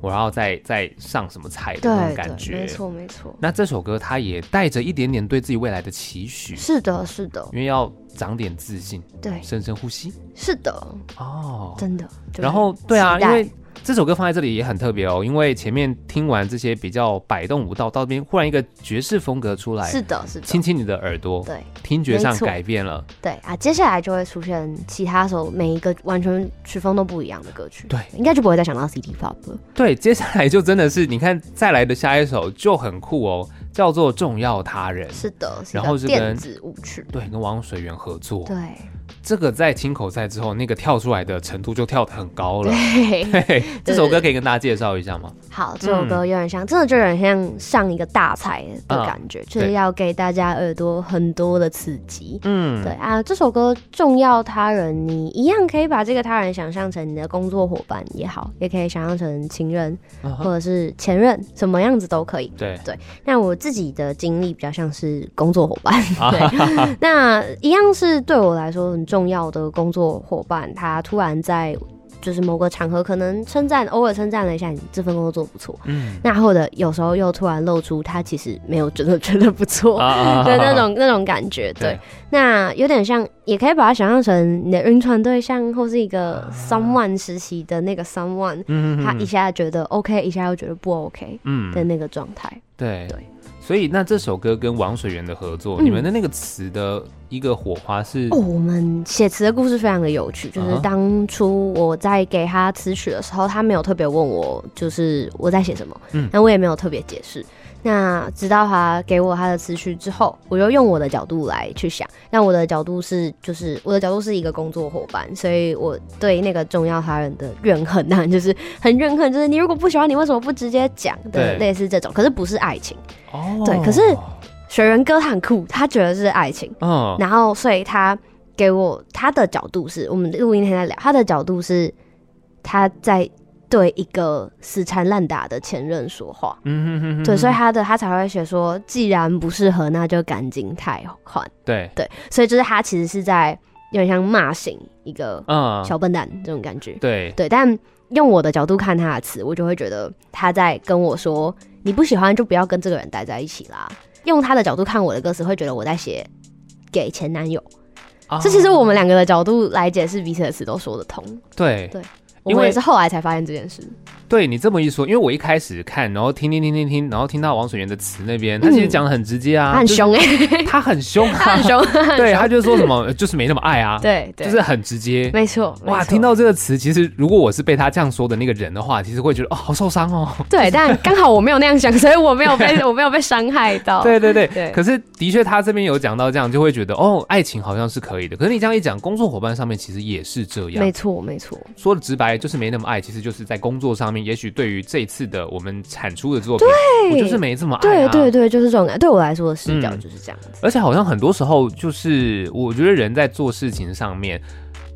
Speaker 1: 我要再再上什么菜的那
Speaker 2: 对
Speaker 1: 种感
Speaker 2: 对，没
Speaker 1: 觉。
Speaker 2: 错没错。
Speaker 1: 那这首歌它也带着一点点对自己未来的期许，
Speaker 2: 是的，是的，
Speaker 1: 因为要长点自信，
Speaker 2: 对，
Speaker 1: 深深呼吸
Speaker 2: 是的，
Speaker 1: 哦。
Speaker 2: 真的。就是
Speaker 1: 然后对啊，
Speaker 2: 期待
Speaker 1: 因为这首歌放在这里也很特别哦，因为前面听完这些比较摆动舞蹈，到这边忽然一个爵士风格出来，
Speaker 2: 是的，是的
Speaker 1: 亲，亲你的耳朵，
Speaker 2: 对。
Speaker 1: 听觉上
Speaker 2: 没错
Speaker 1: 改变了。
Speaker 2: 对啊，接下来就会出现其他首每一个完全曲风都不一样的歌曲，
Speaker 1: 对
Speaker 2: 应该就不会再想到 City Pop 了。
Speaker 1: 对，接下来就真的是你看，再来的下一首就很酷哦，叫做《重要他人》。
Speaker 2: 是的，是
Speaker 1: 然后
Speaker 2: 的，
Speaker 1: 是
Speaker 2: 电
Speaker 1: 跟
Speaker 2: 子舞曲，
Speaker 1: 对，跟王水源合作，
Speaker 2: 对，
Speaker 1: 这个在清口赛之后，那个跳出来的程度就跳得很高了。
Speaker 2: 嘿嘿
Speaker 1: 嘿嘿，这首歌可以跟大家介绍一下吗？
Speaker 2: 好，这首歌有点像，真的就有点像上一个大菜的
Speaker 1: 嗯
Speaker 2: 感觉，就是
Speaker 1: 对
Speaker 2: 要给大家耳朵很多的刺激。
Speaker 1: 嗯，
Speaker 2: 对啊，这首歌重要他人，你一样可以把这个他人想象成你的工作伙伴也好，也可以想象成情人
Speaker 1: 嗯哼
Speaker 2: 或者是前任，什么样子都可以。
Speaker 1: 对，
Speaker 2: 那我自己的经历比较像是工作伙伴，
Speaker 1: 啊
Speaker 2: 对，那一样是对我来说很重要的工作伙伴，他突然在就是某个场合可能称赞，偶尔称赞了一下你这份工作做得不错，
Speaker 1: 嗯，
Speaker 2: 那或者有时候又突然露出他其实没有真的觉得不错。
Speaker 1: 啊
Speaker 2: 的那种那种感觉，对，
Speaker 1: 对
Speaker 2: 那有点像，也可以把它想象成你的晕船对象或是一个 someone 时期的那个 someone，、
Speaker 1: 啊嗯
Speaker 2: 他一下觉得 OK，一下又觉得不 OK
Speaker 1: 嗯
Speaker 2: 的那个状态。
Speaker 1: 对
Speaker 2: 对
Speaker 1: 所以那这首歌跟王水源的合作，
Speaker 2: 嗯
Speaker 1: 你们的那个词的一个火花是
Speaker 2: 哦，我们写词的故事非常的有趣，就
Speaker 1: 嗯啊
Speaker 2: 是
Speaker 1: 哈
Speaker 2: 当初我在给他词曲的时候，他没有特别问我，就是我在写什么，
Speaker 1: 嗯
Speaker 2: 那我也没有特别解释。那直到他给我他的词曲之后，我就用我的角度来去想。那我的角度是，就是我的角度是一个工作伙伴，所以我对那个重要他人的怨恨呐、就是很怨恨，就是你如果不喜欢，你为什么不直接讲
Speaker 1: 对
Speaker 2: 的类似这种？可是不是爱情，
Speaker 1: 哦，
Speaker 2: 对可是水源哥他很酷，他觉得是爱情。
Speaker 1: 嗯
Speaker 2: 然后所以他给我他的角度是我们录音那天在聊，他的角度是他在对一个死缠烂打的前任说话，
Speaker 1: 嗯哼哼哼
Speaker 2: 对，所以他的他才会写说，既然不适合，那就赶紧汰换，
Speaker 1: 对
Speaker 2: 对，所以就是他其实是在有点像骂醒一个
Speaker 1: 嗯
Speaker 2: 小笨蛋这种感觉，
Speaker 1: 对
Speaker 2: 对，但用我的角度看他的词，我就会觉得他在跟我说，你不喜欢就不要跟这个人待在一起啦。用他的角度看我的歌词，会觉得我在写给前男友。
Speaker 1: 啊
Speaker 2: 这其实我们两个的角度来解释彼此的词都说得通。
Speaker 1: 对
Speaker 2: 对我
Speaker 1: 因
Speaker 2: 们
Speaker 1: 为
Speaker 2: 也是后来才发现这件事。
Speaker 1: 对你这么一说，因为我一开始看，然后听听听听听，然后听到王水源的词那边，他其实
Speaker 2: 嗯
Speaker 1: 讲的很直接啊，
Speaker 2: 他很
Speaker 1: 就是
Speaker 2: 凶哎、
Speaker 1: 他很凶啊，
Speaker 2: 他很凶， 他很
Speaker 1: 对，他
Speaker 2: 凶
Speaker 1: 就说什么 呃就是没那么爱啊，，
Speaker 2: 对对，
Speaker 1: 就是很直接。
Speaker 2: 没错。没
Speaker 1: 哇，
Speaker 2: 错
Speaker 1: 听到这个词，其实如果我是被他这样说的那个人的话，其实会觉得哦，好受伤哦。
Speaker 2: 对，但刚好我没有那样想， 所以我没 有被我没有被伤害到。
Speaker 1: 对对对，
Speaker 2: 哦对
Speaker 1: 可是的确他这边有讲到这样，就会觉得哦，爱情好像是可以的。可是你这样一讲，工作伙伴上面其实也是这样
Speaker 2: 没。错没错。
Speaker 1: 说的直白，就是没那么爱，其实就是在工作上面，也许对于这一次的我们产出的作品，我就是没这么爱、
Speaker 2: 对
Speaker 1: 啊。
Speaker 2: 对对，就是这种感。对我来说的视角
Speaker 1: 嗯
Speaker 2: 就是这样子。
Speaker 1: 而且好像很多时候，就是我觉得人在做事情上面，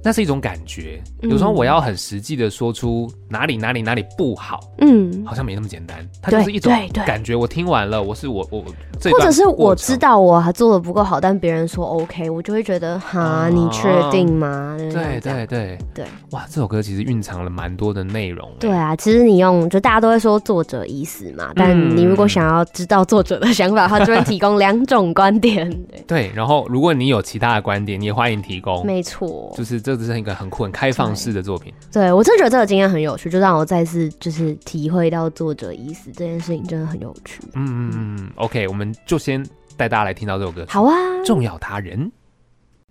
Speaker 1: 那是一种感觉。
Speaker 2: 嗯
Speaker 1: 有时候我要很实际的说出哪里哪里哪里不好，
Speaker 2: 嗯，
Speaker 1: 好像没那么简单。它就是一种
Speaker 2: 对对
Speaker 1: 感觉。我听完了，我是我我这
Speaker 2: 或
Speaker 1: 段
Speaker 2: 者是我
Speaker 1: 过程哦
Speaker 2: 知道我还做的不够好，但别人说 OK，我就会觉得哈，你确定吗？
Speaker 1: 对对对
Speaker 2: 对
Speaker 1: 哇，这首歌其实蕴藏了蛮多的内容。欸
Speaker 2: 对，啊，其实你用就大家都会说作者已死
Speaker 1: 嗯
Speaker 2: 嘛，但你如果想要知道作者的想法，他这边提供两种观点，对，
Speaker 1: 对。然后，如果你有其他的观点，你也欢迎提供。
Speaker 2: 没错
Speaker 1: 哦就，是这只是一个很酷、很开放式的作品。
Speaker 2: 哦对我真的觉得这个经验很有趣，就让我再次就是体会到作者已死这件事情真的很有趣。
Speaker 1: 嗯嗯嗯嗯。OK，我们就先带大家来听到这首歌曲。
Speaker 2: 好啊，
Speaker 1: 重要他人。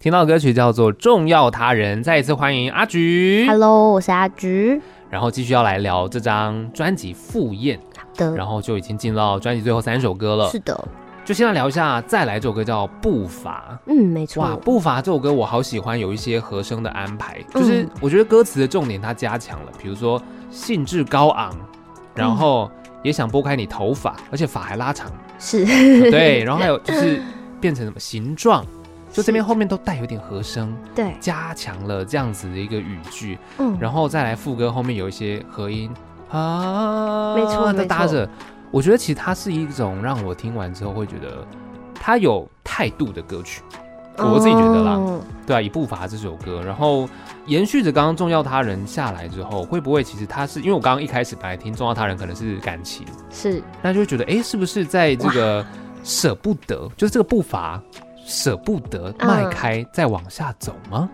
Speaker 1: 听到的歌曲叫做《重要他人》，再一次欢迎阿菊。
Speaker 2: ，Hello，我是阿菊，
Speaker 1: 然后继续要来聊这张专辑《赴宴》，
Speaker 2: 好的，
Speaker 1: 然后就已经进到专辑最后三首歌了
Speaker 2: 是。的，
Speaker 1: 就先来聊一下，再来这首歌叫《步伐》。
Speaker 2: 嗯，没
Speaker 1: 哇，《
Speaker 2: 错，
Speaker 1: 步伐》这首歌我好喜欢，有一些和声的安排，
Speaker 2: 嗯
Speaker 1: 就是我觉得歌词的重点它加强了，比如说兴致高昂，然后也想拨开你头发，而且发还拉 长，
Speaker 2: 是，
Speaker 1: 对，然后还有就是变成什么形状，就这边后面都带有点和声。
Speaker 2: 对，
Speaker 1: 加强了这样子的一个语句，
Speaker 2: 嗯，
Speaker 1: 然后再来副歌后面有一些合音啊，
Speaker 2: 没错
Speaker 1: 的
Speaker 2: 没错
Speaker 1: 搭着，我觉得其实它是一种让我听完之后会觉得它有态度的歌曲，我自己觉得啦，
Speaker 2: 哦
Speaker 1: 对啊，以步伐这首歌，然后延续着刚刚重要他人下来之后，会不会其实它是因为我刚刚一开始本来听重要他人可能是感情，
Speaker 2: 是
Speaker 1: 那就会觉得诶，是不是在这个舍不得，就是这个步伐舍不得迈
Speaker 2: 嗯
Speaker 1: 开、再往下走吗？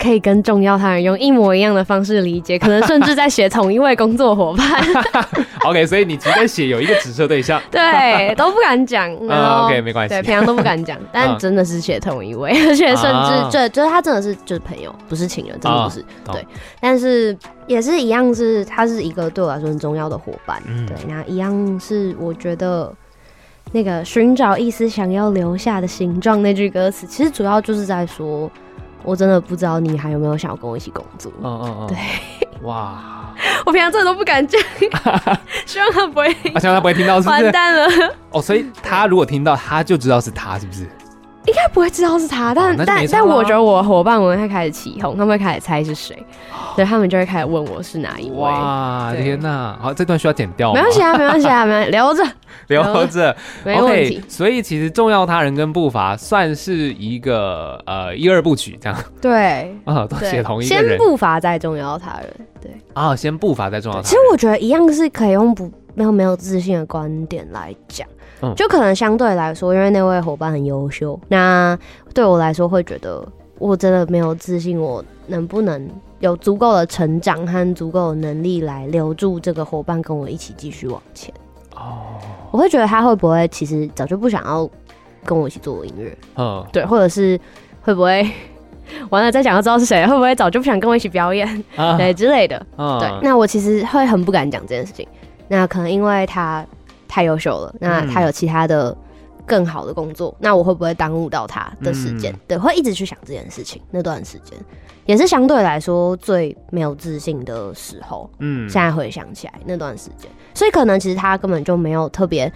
Speaker 2: 可以跟重要他人用一模一样的方式理解，可能甚至在写同一位工作伙 伴，
Speaker 1: OK，所以你直接写有一个指涉对 象，
Speaker 2: 对，都不敢讲。然
Speaker 1: 嗯
Speaker 2: 后
Speaker 1: ，OK，没关系
Speaker 2: 对，。平常都不敢讲，但真的是写同一位， 而且甚
Speaker 1: 嗯啊
Speaker 2: 至这就是他真的是就是朋友，不是情人，真的不是。
Speaker 1: 懂
Speaker 2: 对，但是也是一样是，他是一个对我来说很重要的伙伴。
Speaker 1: 嗯
Speaker 2: 对，那一样是我觉得那个寻找一丝想要留下的形状那句歌词，其实主要就是在说，我真的不知道你还有没有想要跟我一起工作。
Speaker 1: 嗯嗯嗯，对， 哇，
Speaker 2: 我平常真的都不 敢讲，希望他不会
Speaker 1: 啊，希望他不会听到是不
Speaker 2: 完
Speaker 1: 是？
Speaker 2: 蛋了，
Speaker 1: 哦，所以他如果听到，他就知道是他，是不是？
Speaker 2: 应该不会知道是他，但、
Speaker 1: 哦那就没
Speaker 2: 但
Speaker 1: 差啦
Speaker 2: 但我觉得我的伙伴们会开始起哄，他们会开始猜是谁，对他们就会开始问我是哪一位。
Speaker 1: 哦哇，
Speaker 2: 对
Speaker 1: 天哪！好，这段需要剪掉吗，
Speaker 2: 没关系啊，没关系啊，没关系留着
Speaker 1: 留着。
Speaker 2: 没啊问
Speaker 1: OK，
Speaker 2: 题。
Speaker 1: 所以其实重要他人跟步伐算是一个呃一二部曲这样
Speaker 2: 对。
Speaker 1: 啊，都
Speaker 2: 对
Speaker 1: 写同一个
Speaker 2: 先
Speaker 1: 人
Speaker 2: 步伐再重要他人。对，
Speaker 1: 啊，先步伐再重要他人。
Speaker 2: 其实我觉得一样是可以用不没有没有自信的观点来讲，
Speaker 1: 嗯
Speaker 2: 就可能相对来说，因为那位伙伴很优秀，那对我来说会觉得我真的没有自信，我能不能有足够的成长和足够的能力来留住这个伙伴，跟我一起继续往前？
Speaker 1: 哦，
Speaker 2: 我会觉得他会不会其实早就不想 要跟我一起做音乐，
Speaker 1: 嗯，
Speaker 2: 对，或者是会不会完了再讲就知道是谁了，会不会早就不想跟我一起表演，
Speaker 1: 啊
Speaker 2: 对之类的。
Speaker 1: 嗯
Speaker 2: 对，那我其实会很不敢讲这件事情。那可能因为他太优秀了，
Speaker 1: 嗯
Speaker 2: 那他有其他的更好的工作，那我会不会耽误到他的时间？
Speaker 1: 嗯
Speaker 2: 对，会一直去想这件事情。那段时间也是相对来说最没有自信的时候。
Speaker 1: 嗯
Speaker 2: 现在回想起来那段时间，所以可能其实他根本就没有特别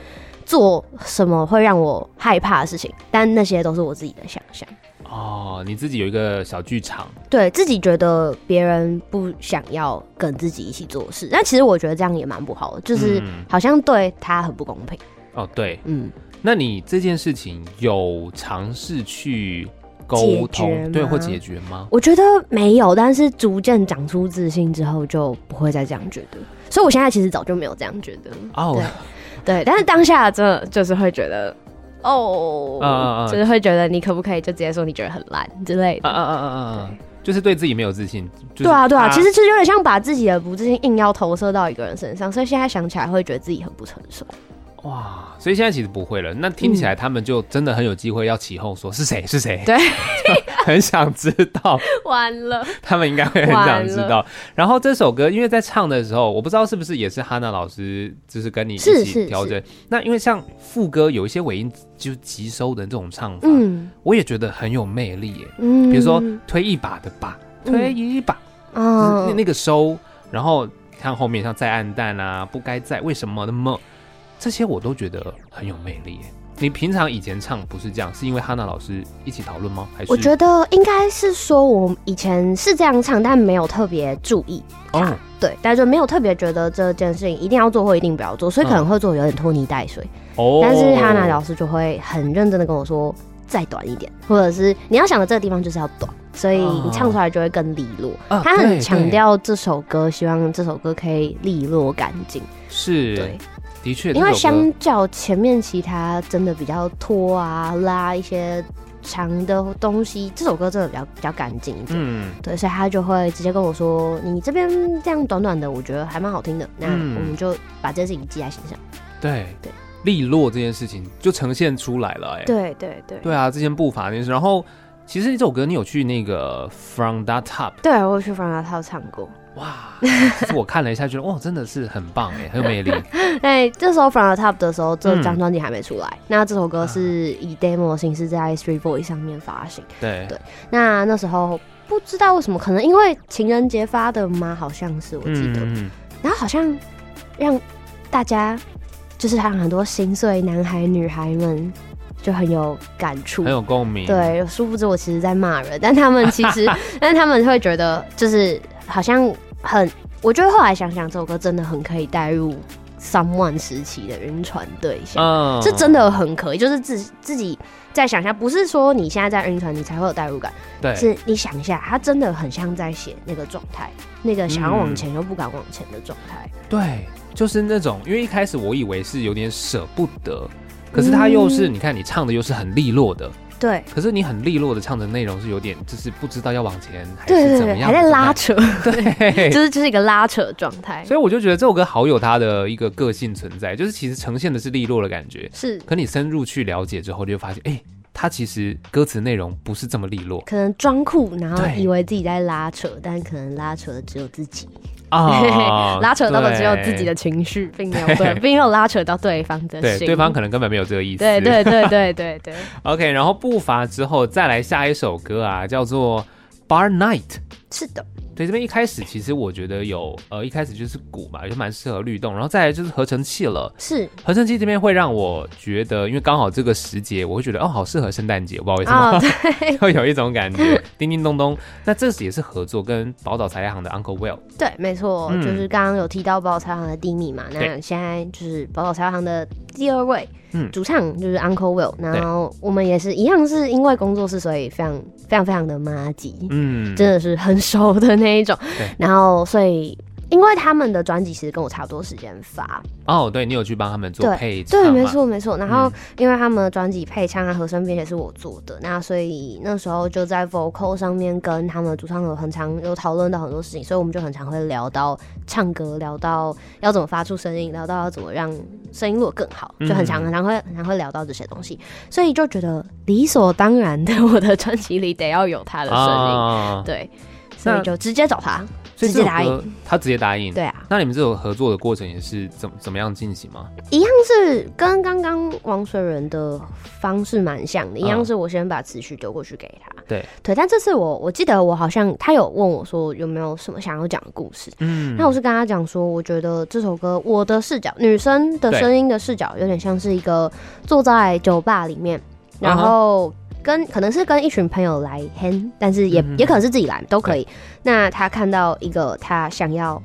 Speaker 2: 做什么会让我害怕的事情，但那些都是我自己的想象。
Speaker 1: 哦，你自己有一个小剧场，
Speaker 2: 对自己觉得别人不想要跟自己一起做事，但其实我觉得这样也蛮不好的，就是
Speaker 1: 嗯
Speaker 2: 好像对他很不公平。
Speaker 1: 哦，对，
Speaker 2: 嗯，
Speaker 1: 那你这件事情有尝试去沟
Speaker 2: 解决
Speaker 1: 通，对，
Speaker 2: 吗
Speaker 1: 或解决吗？
Speaker 2: 我觉得没有，但是逐渐长出自信之后，就不会再这样觉得。所以我现在其实早就没有这样觉得。
Speaker 1: 哦，
Speaker 2: 对，但是当下真的就是会觉得，哦，
Speaker 1: 啊啊啊
Speaker 2: 就是会觉得你可不可以就直接说你觉得很烂之类的。
Speaker 1: 啊啊啊啊啊，就是对自己没有自信，就是
Speaker 2: 对啊，对啊，
Speaker 1: 他
Speaker 2: 其实就是有点像把自己的不自信硬要投射到一个人身上，所以现在想起来会觉得自己很不成熟。
Speaker 1: 哇，所以现在其实不会了。那听起来他们就真的很有机会要起哄，说是谁是谁，
Speaker 2: 嗯对，
Speaker 1: 很想知道，
Speaker 2: 完了，
Speaker 1: 他们应该会很想知道。然后这首歌，因为在唱的时候，我不知道是不是也是哈娜老师，就是跟你一
Speaker 2: 是
Speaker 1: 起
Speaker 2: 是
Speaker 1: 调整。那因为像副歌有一些尾音就是急收的这种唱法，
Speaker 2: 嗯
Speaker 1: 我也觉得很有魅力耶。
Speaker 2: 嗯
Speaker 1: 比如说推一把的把，推一把，就是那
Speaker 2: 嗯，
Speaker 1: 那个收，然后看后面像在暗淡啊，不该在为什么那么，这些我都觉得很有魅力耶。你平常以前唱不是这样，是因为哈娜老师一起讨论吗？还是
Speaker 2: 我觉得应该是说我以前是这样唱，但没有特别注意，
Speaker 1: 得哦，
Speaker 2: 对，但就没有特别觉得这件事情一定要做或一定不要做，所以可能会做有点拖泥带水。
Speaker 1: 嗯哦
Speaker 2: 但是哈娜老师就会很认真的跟我说，再短一点，或者是你要想的这个地方就是要短，所以你唱出来就会更利落。
Speaker 1: 啊
Speaker 2: 他
Speaker 1: 对
Speaker 2: 很强
Speaker 1: 对
Speaker 2: 调这首歌，希望这首歌可以利落干净。
Speaker 1: 是
Speaker 2: 对，
Speaker 1: 的确，
Speaker 2: 因为
Speaker 1: 这首歌
Speaker 2: 相较前面其他真的比较拖啊拉一些长的东西，这首歌真的比较比较干净一点。
Speaker 1: 嗯
Speaker 2: 对，所以他就会直接跟我说：“你这边这样短短的，我觉得还蛮好听的。”那
Speaker 1: 嗯
Speaker 2: 我们就把这件事情记在心上。
Speaker 1: 对
Speaker 2: 对
Speaker 1: 利落这件事情就呈现出来了哎、
Speaker 2: 对对对，
Speaker 1: 对啊，之前步伐那件事，然后其实这首歌你有去那个 From That Top
Speaker 2: 对我有去冯小涛唱过。
Speaker 1: 哇，其实我看了一下，觉得哇真的是很棒哎、很有 魅力
Speaker 2: 哎，这时候 From the Top 的时候，这
Speaker 1: 嗯
Speaker 2: 张
Speaker 1: 啊
Speaker 2: 专辑还没出来。那这首歌是以 demo 的形式在 Street Boy 上面发行。
Speaker 1: 对
Speaker 2: 对那那时候不知道为什么，可能因为情人节发的吗？好像是我记得。
Speaker 1: 嗯
Speaker 2: 然后好像让大家就是让很多心碎男孩女孩们就很有感触
Speaker 1: 很。有共鸣
Speaker 2: 对，殊不知我其实在骂人，但他们其 实，但他们会觉得就是好像很，我觉得后来想想，这首歌真的很可以带入 someone 时期的晕船对象。
Speaker 1: 嗯
Speaker 2: 是真的很可以，就是自自己再想一下，不是说你现在在晕船你才会有代入感，
Speaker 1: 对
Speaker 2: 是你想一下，他真的很像在写那个状态，那个想要往
Speaker 1: 嗯
Speaker 2: 前又不敢往前的状态。
Speaker 1: 对，就是那种，因为一开始我以为是有点舍不得，可是它又是、
Speaker 2: 嗯
Speaker 1: 你看你唱的又是很利落的，
Speaker 2: 对
Speaker 1: 可是你很利落的唱的内容是有点就是不知道要往前还
Speaker 2: 对
Speaker 1: 是
Speaker 2: 对
Speaker 1: 怎么
Speaker 2: 对，
Speaker 1: 样的
Speaker 2: 还在
Speaker 1: 状态，
Speaker 2: 拉 扯，
Speaker 1: 对
Speaker 2: 就是就是一个拉扯状态。
Speaker 1: 所以我就觉得这首歌好有它的一个个性存在，就是其实呈现的是利落的感觉，
Speaker 2: 是
Speaker 1: 可你深入去了解之后，就会发现，哎、它其实歌词内容不是这么利落
Speaker 2: 可能装酷，然后
Speaker 1: 对
Speaker 2: 以为自己在拉扯，但可能拉扯的只有自己，
Speaker 1: 啊
Speaker 2: 拉扯到的只有自己
Speaker 1: 对
Speaker 2: 的情绪，并没有对，并没有拉扯到对方的
Speaker 1: 对，
Speaker 2: 心。
Speaker 1: 对方可能根本没有这个意思。
Speaker 2: 对对对 对对对，
Speaker 1: OK，然后步伐之后再来下一首歌啊，叫做《Bar Night》。
Speaker 2: 是的，
Speaker 1: 对，这边一开始其实我觉得有，呃，一开始就是鼓嘛，就蛮适合律动，然后再来就是合成器了。
Speaker 2: 是
Speaker 1: 合成器这边会让我觉得，因为刚好这个时节，我会觉得哦，好适合圣诞节，我不知道为什么，
Speaker 2: 啊，对
Speaker 1: 会有一种感觉，叮叮咚咚。那这也是合作跟宝岛材料行的 Uncle Will，
Speaker 2: 对，没错，
Speaker 1: 嗯
Speaker 2: 就是刚刚有提到宝岛财行的第一名嘛，那
Speaker 1: 对
Speaker 2: 现在就是宝岛财行的第二位，
Speaker 1: 嗯
Speaker 2: 主唱就是 Uncle Will，然后我们也是一样，是因为工作室，所以非常非常非常的麻吉，
Speaker 1: 嗯，
Speaker 2: 真的是很熟的那一种
Speaker 1: 对，
Speaker 2: 然后所以。因为他们的专辑其实跟我差不多时间发，
Speaker 1: 哦，对你有去帮他们做配唱
Speaker 2: 对，
Speaker 1: 嘛
Speaker 2: 没，错没错。然后
Speaker 1: 嗯
Speaker 2: 因为他们的专辑配唱啊、和声编曲是我做的，那所以那时候就在 vocal 上面跟他们的主唱有很常有讨论到很多事情，所以我们就很常会聊到唱歌，聊到要怎么发出声音，聊到要怎么让声音录得更好，就很常
Speaker 1: 嗯
Speaker 2: 很常会很常会聊到这些东西，所以就觉得理所当然的，我的专辑里得要有他的声音，
Speaker 1: 啊，
Speaker 2: 对，所
Speaker 1: 那
Speaker 2: 以就直接找他，
Speaker 1: 所以
Speaker 2: 直
Speaker 1: 这首
Speaker 2: 接答
Speaker 1: 歌
Speaker 2: 应，
Speaker 1: 他直接答应，
Speaker 2: 对啊。
Speaker 1: 那你们这种合作的过程也是怎么怎么样进行吗？
Speaker 2: 一样是跟刚刚王水仁的方式蛮像的，一样是我先把词曲丢过去给他。
Speaker 1: 嗯对
Speaker 2: 对，但这次我我记得我好像他有问我说有没有什么想要讲的故事，
Speaker 1: 嗯，
Speaker 2: 那我是跟他讲说，我觉得这首歌我的视角，女生的
Speaker 1: 对
Speaker 2: 声音的视角有点像是一个坐在酒吧里面，然
Speaker 1: 啊哈
Speaker 2: 后。跟可能是跟一群朋友来 hang，但是也、
Speaker 1: 嗯哼
Speaker 2: 也可能是自己来都可以。那他看到一个他想要，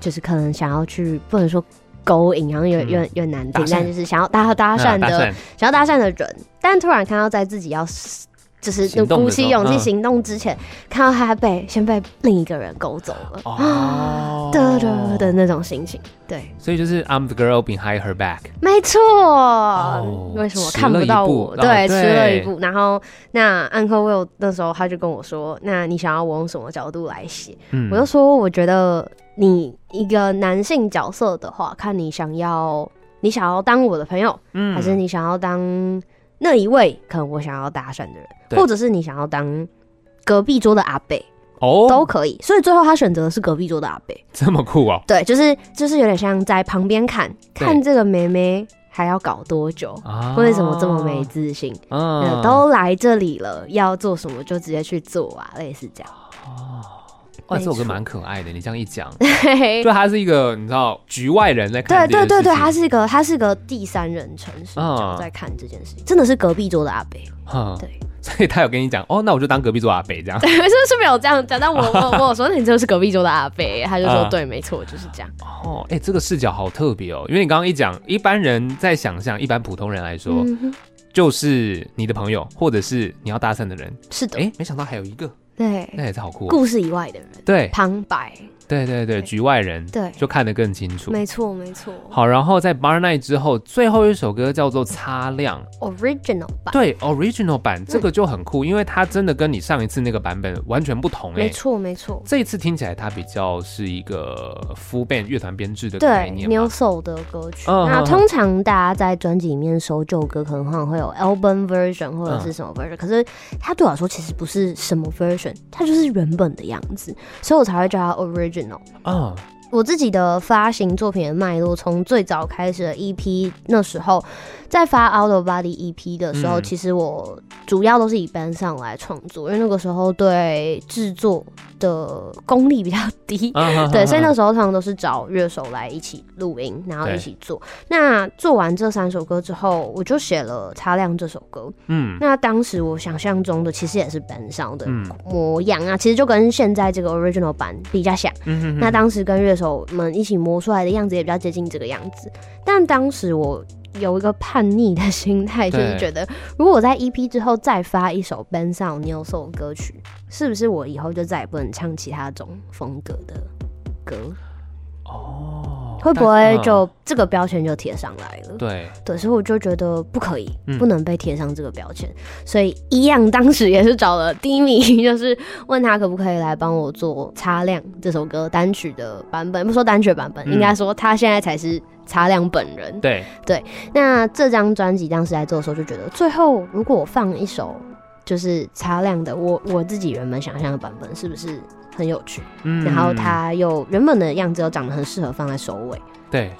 Speaker 2: 就是可能想要去不能说勾引，然后有
Speaker 1: 嗯
Speaker 2: 有有点难
Speaker 1: 搭
Speaker 2: 听
Speaker 1: 讪，
Speaker 2: 但就是想要搭搭讪
Speaker 1: 嗯
Speaker 2: 的、
Speaker 1: 搭
Speaker 2: 想要搭讪的人，但突然看到在自己要 s- 就是
Speaker 1: 行动
Speaker 2: 鼓
Speaker 1: 的时
Speaker 2: 起
Speaker 1: 候
Speaker 2: 勇气
Speaker 1: 嗯
Speaker 2: 行动之前，看到他被先被另一个人勾走了，
Speaker 1: 啊 哦，
Speaker 2: 的的的那种心情。对，
Speaker 1: 所以就是 I'm the girl behind her back，
Speaker 2: 没错。为什么
Speaker 1: 哦迟
Speaker 2: 看
Speaker 1: 了
Speaker 2: 不
Speaker 1: 一
Speaker 2: 到
Speaker 1: 步
Speaker 2: 我？
Speaker 1: 哦
Speaker 2: 对，迟了
Speaker 1: 对
Speaker 2: 一步。然后那 Uncle Will 那时候他就跟我说：“那你想要我用什么角度来写？”
Speaker 1: 嗯
Speaker 2: 我就说：“我觉得你一个男性角色的话，看你想要你想要当我的朋友，
Speaker 1: 嗯
Speaker 2: 还是你想要当那一位可能我想要搭讪的人，
Speaker 1: 对
Speaker 2: 或者是你想要当隔壁桌的阿贝
Speaker 1: 哦
Speaker 2: 都可以。”所以最后他选择的是隔壁桌的阿贝。
Speaker 1: 这么酷哦
Speaker 2: 对，就是就是有点像在旁边看
Speaker 1: 对
Speaker 2: 看这个妹妹还要搞多久，
Speaker 1: 啊
Speaker 2: 为什么这么没自信？
Speaker 1: 嗯
Speaker 2: 哦嗯，都来这里了，要做什么就直接去做啊，类似这样。
Speaker 1: 哇，这首
Speaker 2: 没
Speaker 1: 歌
Speaker 2: 错
Speaker 1: 蛮可爱的，你这样一讲，
Speaker 2: 嘿嘿
Speaker 1: 就它是一个你知道局外人在看
Speaker 2: 对
Speaker 1: 这件
Speaker 2: 对
Speaker 1: 事情，
Speaker 2: 对对，他是一个他是个第三人称视角
Speaker 1: 嗯
Speaker 2: 在看这件事情，真的是隔壁桌的阿北，
Speaker 1: 嗯
Speaker 2: 对，
Speaker 1: 所以他有跟你讲哦，那我就当隔壁桌阿北这样
Speaker 2: 对， 是不是没有这样讲？但我我 我有说你就是隔壁桌的阿北，他就说
Speaker 1: 嗯
Speaker 2: 对，没错，就是这样。
Speaker 1: 哦，哎、这个视角好特别哦，因为你刚刚一讲，一般人在想象，一般普通人来说，
Speaker 2: 嗯哼，
Speaker 1: 就是你的朋友或者是你要搭讪的人，
Speaker 2: 是的
Speaker 1: 哎、，没想到还有一个，
Speaker 2: 对，
Speaker 1: 那也是好酷、哦，
Speaker 2: 故事以外的人
Speaker 1: 对
Speaker 2: 旁白，
Speaker 1: 对对对，局外人
Speaker 2: 对，
Speaker 1: 就看得更清楚。
Speaker 2: 没错没错
Speaker 1: 好，然后在 Bar Night 之后，最后一首歌叫做《擦亮》，
Speaker 2: ，original 版。
Speaker 1: 对，original 版这个就很酷，因为它真的跟你上一次那个版本完全不同哎
Speaker 2: 没。错，没错，
Speaker 1: 这一次听起来它比较是一个 full band 乐团编制的概
Speaker 2: 对
Speaker 1: 念
Speaker 2: 牛
Speaker 1: 嘛，
Speaker 2: 手的歌曲。
Speaker 1: 嗯
Speaker 2: 那
Speaker 1: 嗯嗯
Speaker 2: 通常大家在专辑里面搜旧歌，可能往往会有 album version 或者是什么
Speaker 1: 嗯
Speaker 2: version，、可是它对我来说其实不是什么 version，它就是原本的样子，所以我才会叫它 original。
Speaker 1: 嗯，
Speaker 2: 我自己的发行作品的脉络，从最早开始的 EP 那时候，在发 Out of Body EP 的时候，
Speaker 1: 嗯
Speaker 2: 其实我主要都是以 band 上来创作，因为那个时候对制作的功力比较低，
Speaker 1: 嗯
Speaker 2: 对，所以那时候通常都是找乐手来一起录音，然后
Speaker 1: 对
Speaker 2: 一起做。那做完这三首歌之后，我就写了《擦亮》这首歌。
Speaker 1: 嗯
Speaker 2: 那当时我想象中的其实也是 band 上的
Speaker 1: 嗯
Speaker 2: 模样啊，其实就跟现在这个 original 版比较像。
Speaker 1: 嗯哼哼
Speaker 2: 那当时跟乐手们一起磨出来的样子也比较接近这个样子。但当时我有一个叛逆的心态，就
Speaker 1: 对
Speaker 2: 是觉得如果我在 EP 之后再发一首 band 上 new soul 歌曲，是不是我以后就再也不能唱其他种风格的歌？
Speaker 1: 哦
Speaker 2: 会不
Speaker 1: 但是嗯
Speaker 2: 会就这个标签就贴上来了？
Speaker 1: 对，
Speaker 2: 对，所以我就觉得不可以
Speaker 1: 嗯，
Speaker 2: 不能被贴上这个标签。所以一样，当时也是找了 d 米， 就是问他可不可以来帮我做《擦亮》这首歌单曲的版本，不说单曲版本，
Speaker 1: 嗯
Speaker 2: 应该说他现在才是擦亮本人。
Speaker 1: 对，
Speaker 2: 那这张专辑当时在做的时候，就觉得最后如果我放一首就是擦亮的，我我自己原本想象的版本，是不是很有趣？
Speaker 1: 嗯
Speaker 2: 然后它又原本的样子又长得很适合放在首尾。
Speaker 1: 对，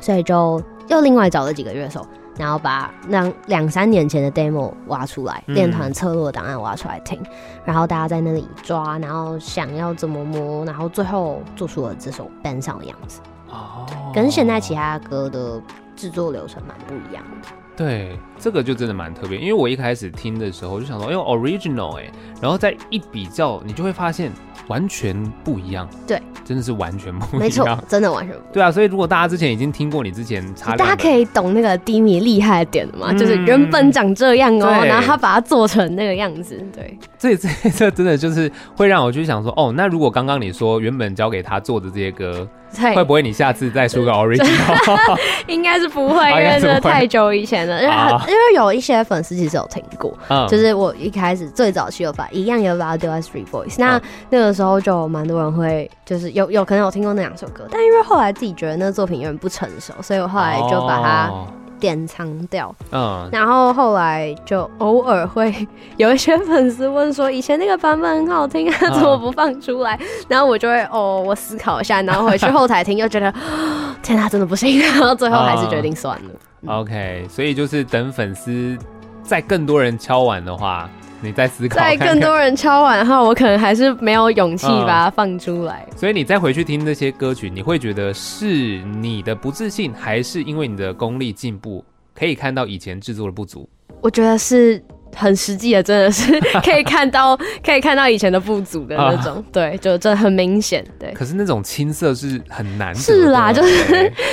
Speaker 2: 所以就又另外找了几个乐手，然后把两两三年前的 demo 挖出来，
Speaker 1: 嗯
Speaker 2: 练团侧录的档案挖出来听，然后大家在那里抓，然后想要怎么摸，然后最后做出了这首 band 上的样子，
Speaker 1: 哦
Speaker 2: 跟现在其他歌的制作流程蛮不 一样的。
Speaker 1: 对，这个就真的蛮特别，因为欸我一开始听的时候就想说，哎呦 original 哎、然后再一比较，你就会发现完全不一样。
Speaker 2: 对，
Speaker 1: 真的是完全不一样。
Speaker 2: 没错，真的完全不。
Speaker 1: 对啊，所以如果大家之前已经听过你之前 查
Speaker 2: 大家
Speaker 1: 量的
Speaker 2: 可以懂那个低迷厉害的点的嘛，就是
Speaker 1: 嗯
Speaker 2: 原本长这样哦、
Speaker 1: 对
Speaker 2: 然后他把它做成那个样子，对，
Speaker 1: 这这这真的就是会让我去想说，哦，那如果刚刚你说原本交给他做的这些歌，
Speaker 2: 对，
Speaker 1: 会不会你下次再出个 original？
Speaker 2: 应该是不
Speaker 1: 啊
Speaker 2: 会，因
Speaker 1: 应该
Speaker 2: 为
Speaker 1: 是不会
Speaker 2: 这太久以前了。因为
Speaker 1: 啊
Speaker 2: 很因为有一些粉丝其实有听过，
Speaker 1: 嗯
Speaker 2: 就是我一开始最早期有把一样有把它丢在 Street Voice，那
Speaker 1: 嗯
Speaker 2: 那个时候就有蛮多人会就是有有可能有听过那两首歌，但因为后来自己觉得那个作品有点不成熟，所以我后来就把它
Speaker 1: 哦
Speaker 2: 典藏掉。
Speaker 1: 嗯，
Speaker 2: 然后后来就偶尔会有一些粉丝问说，以前那个版本很好听啊，
Speaker 1: 嗯
Speaker 2: 怎么不放出来？然后我就会哦，我思考一下，然后回去后 台听，又觉得啊天啊，真的不行，然后最后还
Speaker 1: 啊
Speaker 2: 是决定算了。
Speaker 1: OK，所以就是等粉丝在更多人敲碗的话，你再思考
Speaker 2: 在
Speaker 1: 看看。嗯
Speaker 2: 更多人敲完后，我可能还是没有勇气把它放出来。
Speaker 1: 所以你再回去听那些歌曲，你会觉得是你的不自信，还是因为你的功力进步，可以看到以前制作的不足？
Speaker 2: 我觉得是很实际的，真 的是可以看到可以看到以前的不足的那
Speaker 1: 啊
Speaker 2: 种，对，就这很明显，对。
Speaker 1: 可是那种青涩是很难得的
Speaker 2: 哎是啦就是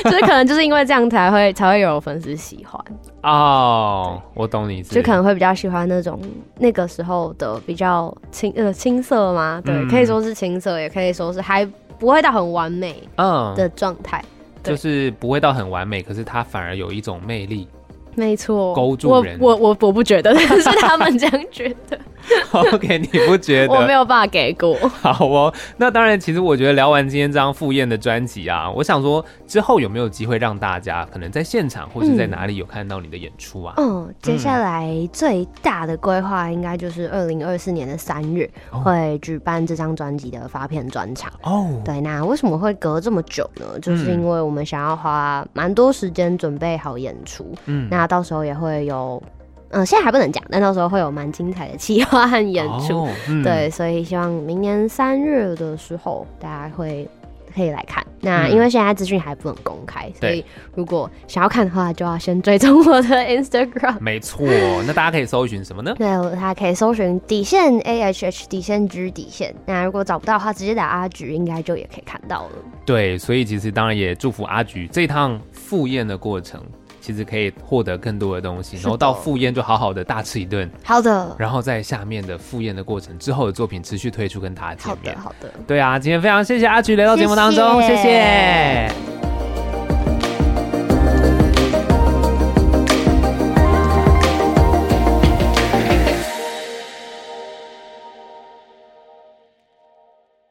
Speaker 2: 就是可能就是因为这样才会 才会有粉丝喜欢，
Speaker 1: 哦，我懂你意思，
Speaker 2: 就可能会比较喜欢那种那个时候的比较青呃青涩嘛，对，
Speaker 1: 嗯
Speaker 2: 可以说是青涩，也可以说是还不会到很完美
Speaker 1: 嗯，
Speaker 2: 的状态，对
Speaker 1: 就是不会到很完美，可是它反而有一种魅 力。
Speaker 2: 没错。
Speaker 1: 勾住
Speaker 2: 我
Speaker 1: 人
Speaker 2: 我我我不觉得， 但是他们这样觉得。
Speaker 1: OK，你不觉得？
Speaker 2: 我没有办法给过。
Speaker 1: 好哦，那当然，其实我觉得聊完今天这张赴宴的专辑啊，我想说之后有没有机会让大家可能在现场或是在哪里有看到你的演出啊？
Speaker 2: 嗯，接下来最大的规划应该就是二零二四年的三月
Speaker 1: 哦
Speaker 2: 会举办这张专辑的发片专场。
Speaker 1: 哦，
Speaker 2: 对，那为什么会隔这么久呢？
Speaker 1: 嗯
Speaker 2: 就是因为我们想要花蛮多时间准备好演出，
Speaker 1: 嗯
Speaker 2: 那到时候也会有，嗯、现在还不能讲，但到时候会有蛮精彩的企划和演出。
Speaker 1: 哦嗯
Speaker 2: 对，所以希望明年三月的时候大家会可以来看。那
Speaker 1: 嗯
Speaker 2: 因为现在资讯还不能公开，所
Speaker 1: 对
Speaker 2: 以如果想要看的话，就要先追踪我的 Instagram。
Speaker 1: 没错，那大家可以搜寻什么呢？
Speaker 2: 对，大家可以搜寻底线 A H H 底线 G 底线。那如果找不到的话，直接打阿菊，应该就也可以看到了。
Speaker 1: 对，所以其实当然也祝福阿菊这趟赴宴的过程，其实可以获得更多的东西，
Speaker 2: 是的
Speaker 1: 然后到赴宴就好好的大吃一顿，
Speaker 2: 好的，
Speaker 1: 然后在下面的赴宴的过程之后的作品持续推出跟大家
Speaker 2: 好
Speaker 1: 见
Speaker 2: 的，
Speaker 1: 面。
Speaker 2: 好的。
Speaker 1: 对啊，今天非常谢谢阿菊来到节目当中，
Speaker 2: 谢谢
Speaker 1: 谢谢